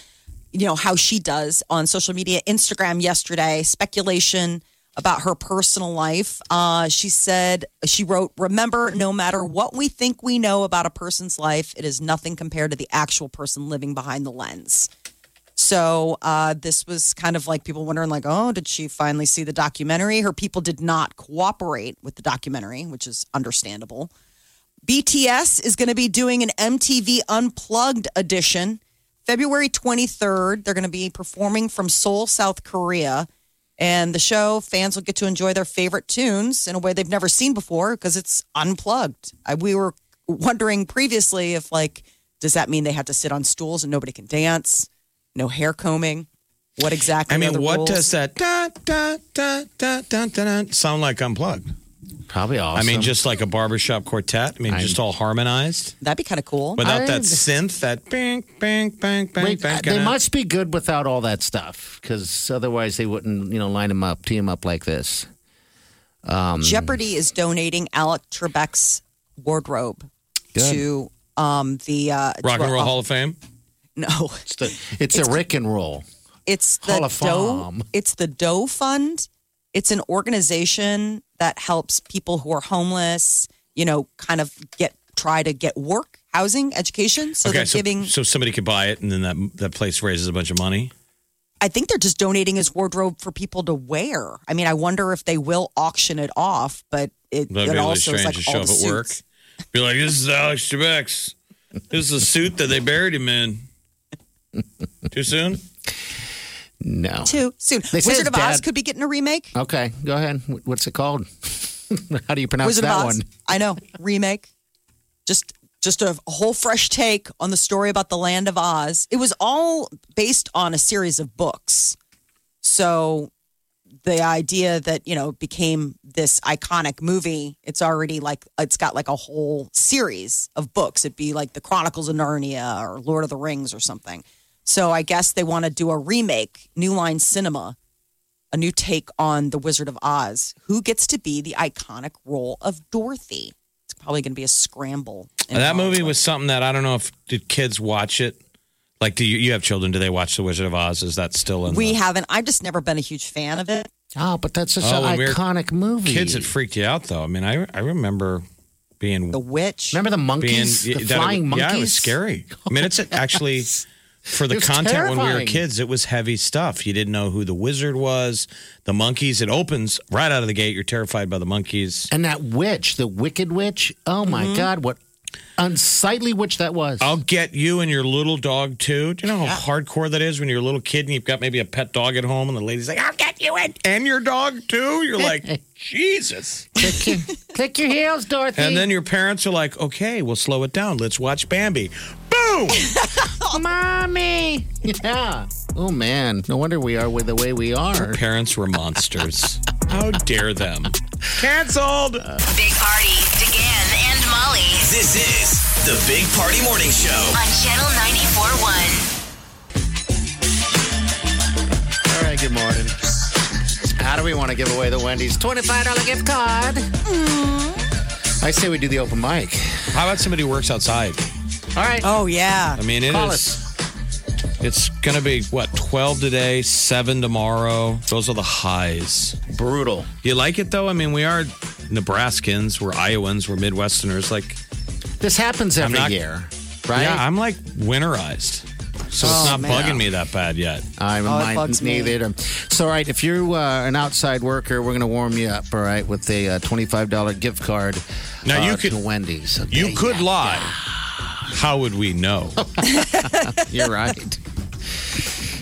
S1: you know, how she does on social media, Instagram yesterday, speculation about her personal life. Uh, she said, she wrote, Remember, no matter what we think we know about a person's life, it is nothing compared to the actual person living behind the lens. So uh, this was kind of like people wondering, like, oh, did she finally see the documentary? Her people did not cooperate with the documentary, which is understandable. BTS is going to be doing an MTV Unplugged edition February 23rd. They're going to be performing from Seoul, South Korea. And the show, fans will get to enjoy their favorite tunes in a way they've never seen before because it's unplugged. I, we were wondering previously if, like, does that mean they had to sit on stools and nobody can dance? No hair combing? What exactly?
S3: I
S1: are
S3: mean,
S1: the
S3: what
S1: rules?
S3: does that da, da, da, da, da, da, da, sound like unplugged?
S2: Probably awesome.
S3: I mean, just like a barbershop quartet. I mean,
S2: I'm-
S3: just all harmonized
S1: That'd be kind of cool.
S3: without
S2: I-
S3: that synth, that bang, bang, bang, bang,
S2: Wait,
S1: uh,
S3: bang.
S2: they
S3: kinda-
S2: must be good without all that stuff because otherwise they wouldn't, you know, line them up, tee them up like this.
S3: Mm.
S1: Jeopardy is donating Alec Trebek's wardrobe
S2: Good.
S1: to um, the uh,
S3: Rock and Roll Hall of Fame.
S1: No,
S2: It's, the, it's, a Rick and roll.
S1: it's the
S2: Hall of
S1: Doe.
S2: Fame.
S1: It's the Doe Fund. It's an organization that helps people who are homeless, you know, kind of get try to get work, housing, education. So
S3: okay,
S1: they're
S3: so,
S1: giving.
S3: so somebody could buy it, and then that that place raises a bunch of money.
S1: I think they're just donating his wardrobe for people to wear. I mean, I wonder if they will auction it off, but it,
S3: That'd
S1: it
S3: be really
S1: also
S3: strange
S1: is like
S3: to
S1: all
S3: show up
S1: the
S3: at work.
S1: suits.
S3: Be like, this is Alex Trebek's. This is the suit that they buried him in. Too soon?
S2: No.
S1: Too soon.
S2: They say
S1: Wizard
S2: his
S1: of Oz
S2: dad-
S1: could be getting a remake.
S2: Okay, go ahead. Wh- What's it called? How do you pronounce
S1: Wizard
S2: that
S1: of Oz.
S2: one?
S1: I know. Remake. Just just a whole fresh take on the story about the land of Oz. It was all based on a series of books. So the idea that, you know, it became this iconic movie, it's already like it's got like a whole series of books. It'd be like the Chronicles of Narnia or Lord of the Rings or something. So I guess they want to do a remake, New Line Cinema a new take on The Wizard of Oz. Who gets to be the iconic role of Dorothy? It's probably going to be a scramble.
S3: that
S1: involved.
S3: movie was something that I don't know if did kids watch it. Like, do you, you have children? Do they watch The Wizard of Oz? Is that still in?
S1: We
S3: the-
S1: haven't. I've just never been a huge fan of it.
S2: Oh, but that's such
S3: Oh,
S2: an
S3: when we were
S2: iconic movie.
S3: kids. It freaked you out though. I mean, I I remember being
S1: The Witch.
S2: Remember the
S3: being
S2: monkeys? the
S3: that it-
S2: flying monkeys?
S3: Yeah, it was scary. I mean, it's actually For the
S2: It was
S3: content when we were
S2: terrifying.
S3: kids, it was heavy stuff. You didn't know who the wizard was, the monkeys. It opens right out of the gate. You're terrified by the monkeys.
S2: And that witch, the wicked witch. Oh my
S1: Mm-hmm.
S2: God, what unsightly witch that was.
S3: I'll get you and your little dog too. Do you know how hardcore that is when you're a little kid and you've got maybe a pet dog at home and the lady's like, I'll get you and, and your dog too? You're like, Jesus.
S2: Click your heels, Dorothy.
S3: And then your parents are like, okay, we'll slow it down. Let's watch Bambi. Boom!
S2: Mommy. Yeah. Oh man, no wonder we are with the way we are.
S3: Our parents were monsters. How dare them? Canceled.
S4: Big Party, DeGan and Molly
S5: This is the Big Party Morning Show.
S4: on Channel 94.1.
S2: All right, good morning. How do we want to give away the Wendy's $25 gift card?
S3: Mm-hmm.
S2: I say we do the open mic.
S3: How about somebody who works outside?
S2: All right.
S1: Oh, yeah.
S3: I mean, it is.
S2: Call
S3: It's going to be, what, 12 today, 7 tomorrow? Those are the highs.
S2: Brutal.
S3: You like it, though? I mean, we are Nebraskans, we're Iowans, we're Midwesterners. Like,
S2: This happens every
S3: not-
S2: year, right?
S3: yeah, I'm like winterized. So
S1: Oh,
S3: it's not
S1: man.
S3: bugging me that bad yet.
S2: I'm
S1: Oh, it
S2: mine
S1: bugs me.
S2: neither. So, all right, if you're uh, an outside worker, we're going to warm you up, all right, with a uh, $25 gift card
S3: Now,
S2: uh,
S3: you could-
S2: to Wendy's. Okay,
S3: You could
S2: yeah.
S3: lie. How would we know?
S2: You're right.
S3: But
S2: Uh,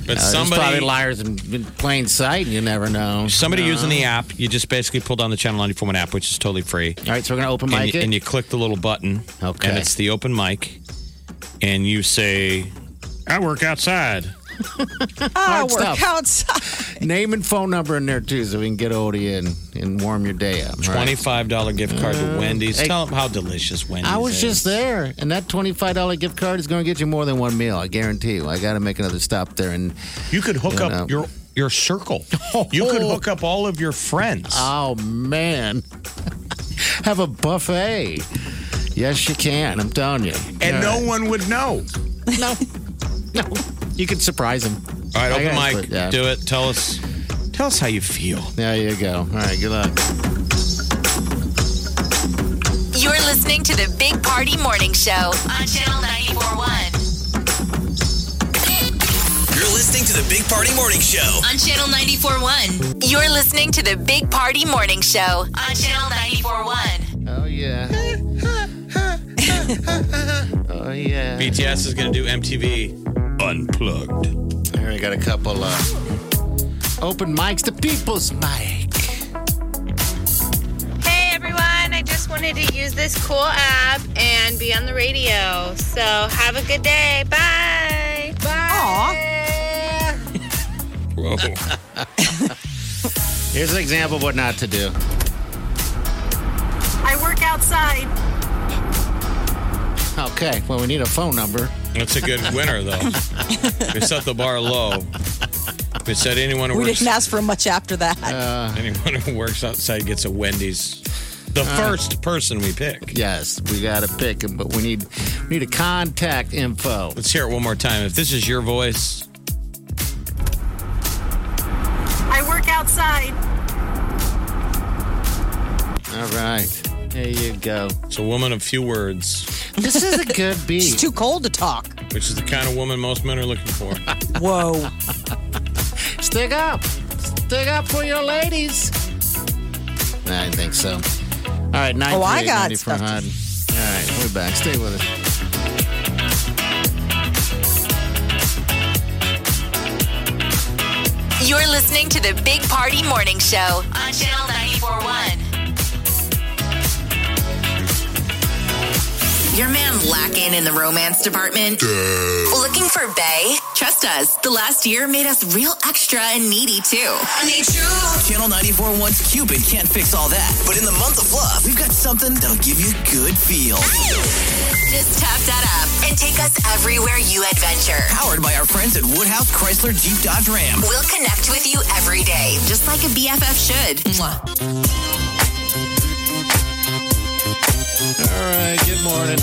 S2: there's probably
S3: somebody
S2: liars in, in plain sight, and you never know.
S3: somebody using the app, you just basically pull down the Channel 94 app, which is totally free.
S2: All right, so we're going to open
S3: and
S2: mic
S3: you,
S2: it.
S3: and you click the little button.
S2: Okay.
S3: And it's the open mic. And you say, I work outside.
S1: I
S2: Hard
S1: work
S2: stuff.
S1: outside.
S2: Name and phone number in there too, so we can get hold of you and, and warm your day up. all right? Mm.
S3: $25 gift card to Wendy's.
S2: Hey.
S3: Tell them how delicious Wendy's
S2: I was
S3: is.
S2: just there, and that twenty-five dollar gift card is going to get you more than one meal. I guarantee you. I got to make another stop there, and
S3: You could hook
S2: You
S3: up
S2: know.
S3: your your circle. You could hook up all of your friends.
S2: oh man, have a buffet. Yes, you can. I'm telling you.
S3: and
S2: All
S3: no one would know.
S2: right. no, no, you can surprise them.
S3: All right,
S2: I
S3: open
S2: guess,
S3: mic.
S2: but, yeah.
S3: Do it. Tell us tell us how you feel.
S2: There you go. All right, good luck.
S4: You're listening to the Big Party Morning Show on Channel 94.1.
S5: You're listening to the Big Party Morning Show.
S4: On Channel 94.1. You're listening to the Big Party Morning Show on Channel 94.1.
S2: Oh yeah. oh yeah.
S3: BTS is going to do MTV Unplugged.
S2: Here we got a couple uh, open mics. The people's mic.
S10: Hey everyone, I just wanted to use this cool app and be on the radio. So have a good day. Bye. Bye.
S3: Whoa.
S2: Here's an example of what not to do.
S10: I work outside.
S2: Okay, well, we need a phone number.
S3: That's a good winner, though. we set the bar low. We said anyone who
S1: We
S3: works
S1: didn't ask for much after that.
S3: anyone who works outside gets a Wendy's. The first person we pick.
S2: Yes, we got to pick him, but we need we need a contact info.
S3: Let's hear it one more time. If this is your voice,
S10: I work outside.
S2: All right, there you go.
S3: it's a woman of few words,
S2: This is a good
S1: It's
S2: beat.
S1: too cold to talk.
S3: which is the kind of woman most men are looking for.
S1: Whoa.
S2: Stick up, stick up for your ladies. I think so. All right, nine.
S1: Oh, I got
S2: All
S1: stuff to-
S2: right, we're back. Stay with us.
S4: You're listening to the Big Party Morning Show on Channel 94.1. Your man lacking in the romance department? Looking for Bay? Trust us, the last year made us real extra and needy too.
S5: I need you. Channel 94.1's Cupid can't fix all that. But in the month of love, we've got something that'll give you good feel.
S4: Just tap that up and take us everywhere you adventure.
S5: Powered by our friends at Woodhouse Chrysler Jeep Dodge Ram.
S4: We'll connect with you every day, just like a BFF should. Mwah.
S2: All right, good morning.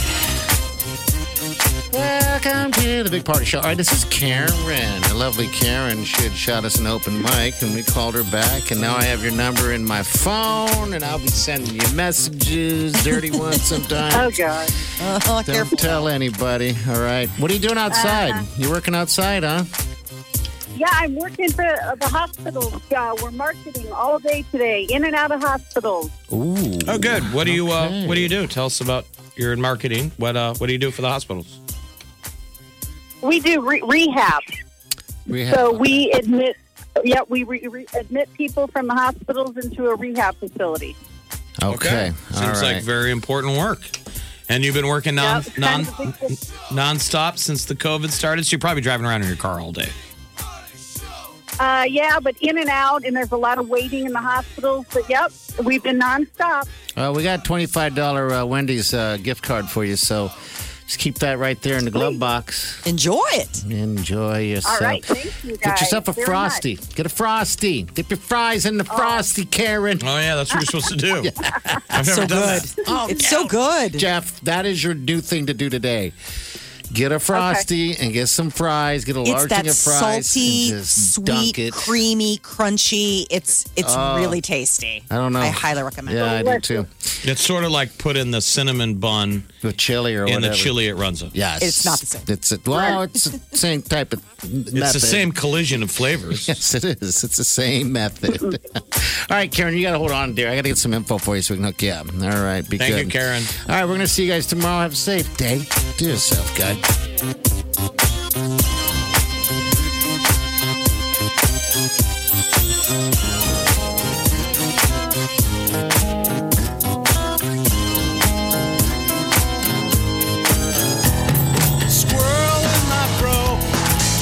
S2: Well, Welcome to the Big Party Show. All right, this is Karen. The lovely Karen. She had shot us an open mic, and we called her back. And now I have your number in my phone, and I'll be sending you messages, dirty ones sometimes.
S11: Oh, God.
S2: Don't tell anybody. All right. What are you doing outside?
S11: Uh,
S2: You're working outside, huh?
S11: Yeah, I'm working for uh, the hospitals. Uh, we're marketing all day today, in and out of hospitals.
S2: Ooh.
S3: Oh, good. What do you uh, What do you do? Tell us about your marketing. What uh, What do you do for the hospitals?
S11: We do re- rehab.
S2: Rehab.
S11: So we admit, yeah, we re- re- admit people from the hospitals into a rehab facility.
S2: Okay.
S3: Seems
S2: All right.
S3: like very important work. And you've been working non non nonstop since the COVID started. So you're probably driving around in your car all day.
S11: Uh, yeah, but in and out, and there's a lot of waiting in the hospitals. But yep, we've been nonstop.
S2: Uh, we got $25 uh, Wendy's uh, gift card for you, so just keep that right there in the glove box.
S1: Enjoy it.
S2: Enjoy yourself.
S11: All right, thank you guys.
S2: Get yourself a
S11: very
S2: frosty. Get a frosty. Dip your fries in the
S1: Oh.
S2: frosty, Karen.
S3: Oh yeah, that's what you're supposed to do. I've
S2: so
S3: never done
S2: good.
S3: that.
S2: it's so good, Jeff. That is your new thing to do today. Get a frosty and get some fries. Get a
S1: It's
S2: large
S1: that
S2: thing of fries.
S1: salty,
S2: and just dunk
S1: sweet,
S2: it.
S1: creamy, crunchy. It's it's
S2: Oh.
S1: really tasty.
S2: I don't know.
S1: I highly recommend.
S2: Yeah, I
S1: it.
S2: do too.
S3: It's sort of like put in the cinnamon bun,
S2: the chili or
S3: in the
S2: whatever.
S3: chili it runs up.
S2: Yes, It's a, well, it's the same type of. It's
S3: It's the same collision of flavors.
S2: Yes, it is. It's the same method. All right, Karen, you got to hold on, dear. I got to get some info for you so we can hook you up. All right, be
S3: Thank
S2: good.
S3: you, Karen.
S2: All right, we're gonna see you guys tomorrow. Have a safe day. Do yourself good.
S12: Squirrel in my bro.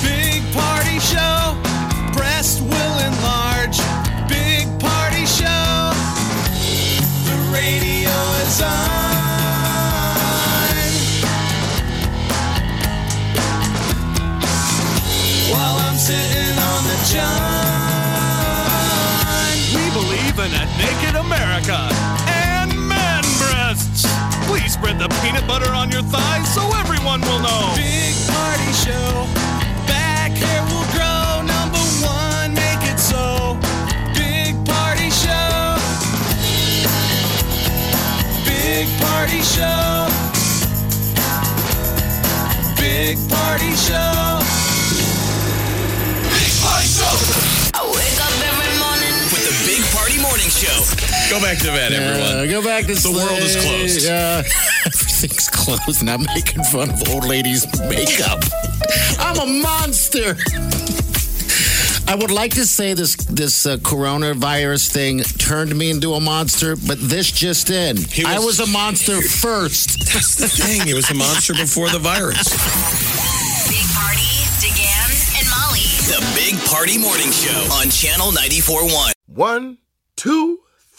S12: Big party show. Breast will enlarge. Big party show. The radio is on. While I'm sitting on the john. We believe in a naked America and man breasts. Please spread the peanut butter on your thighs so everyone will know. Big party show. Back hair will grow. Number one, make it so. Big party show. Big party show. Big party show. Big party show.
S4: I wake up every morning.
S5: With the Big Party Morning Show. Go back to bed,
S2: Yeah,
S5: everyone.
S2: go back to
S5: The world is
S2: sleep.
S5: closed.
S2: Yeah. Everything's closed, and I'm making fun of old ladies' makeup. I'm a monster. I would like to say this this uh, coronavirus thing turned me into a monster, but this just in. I was a monster first.
S3: That's the thing. It was a monster before the virus.
S4: Big Party, DeGan, and Molly.
S5: The Big Party Morning Show on Channel 94.1.
S13: One, two,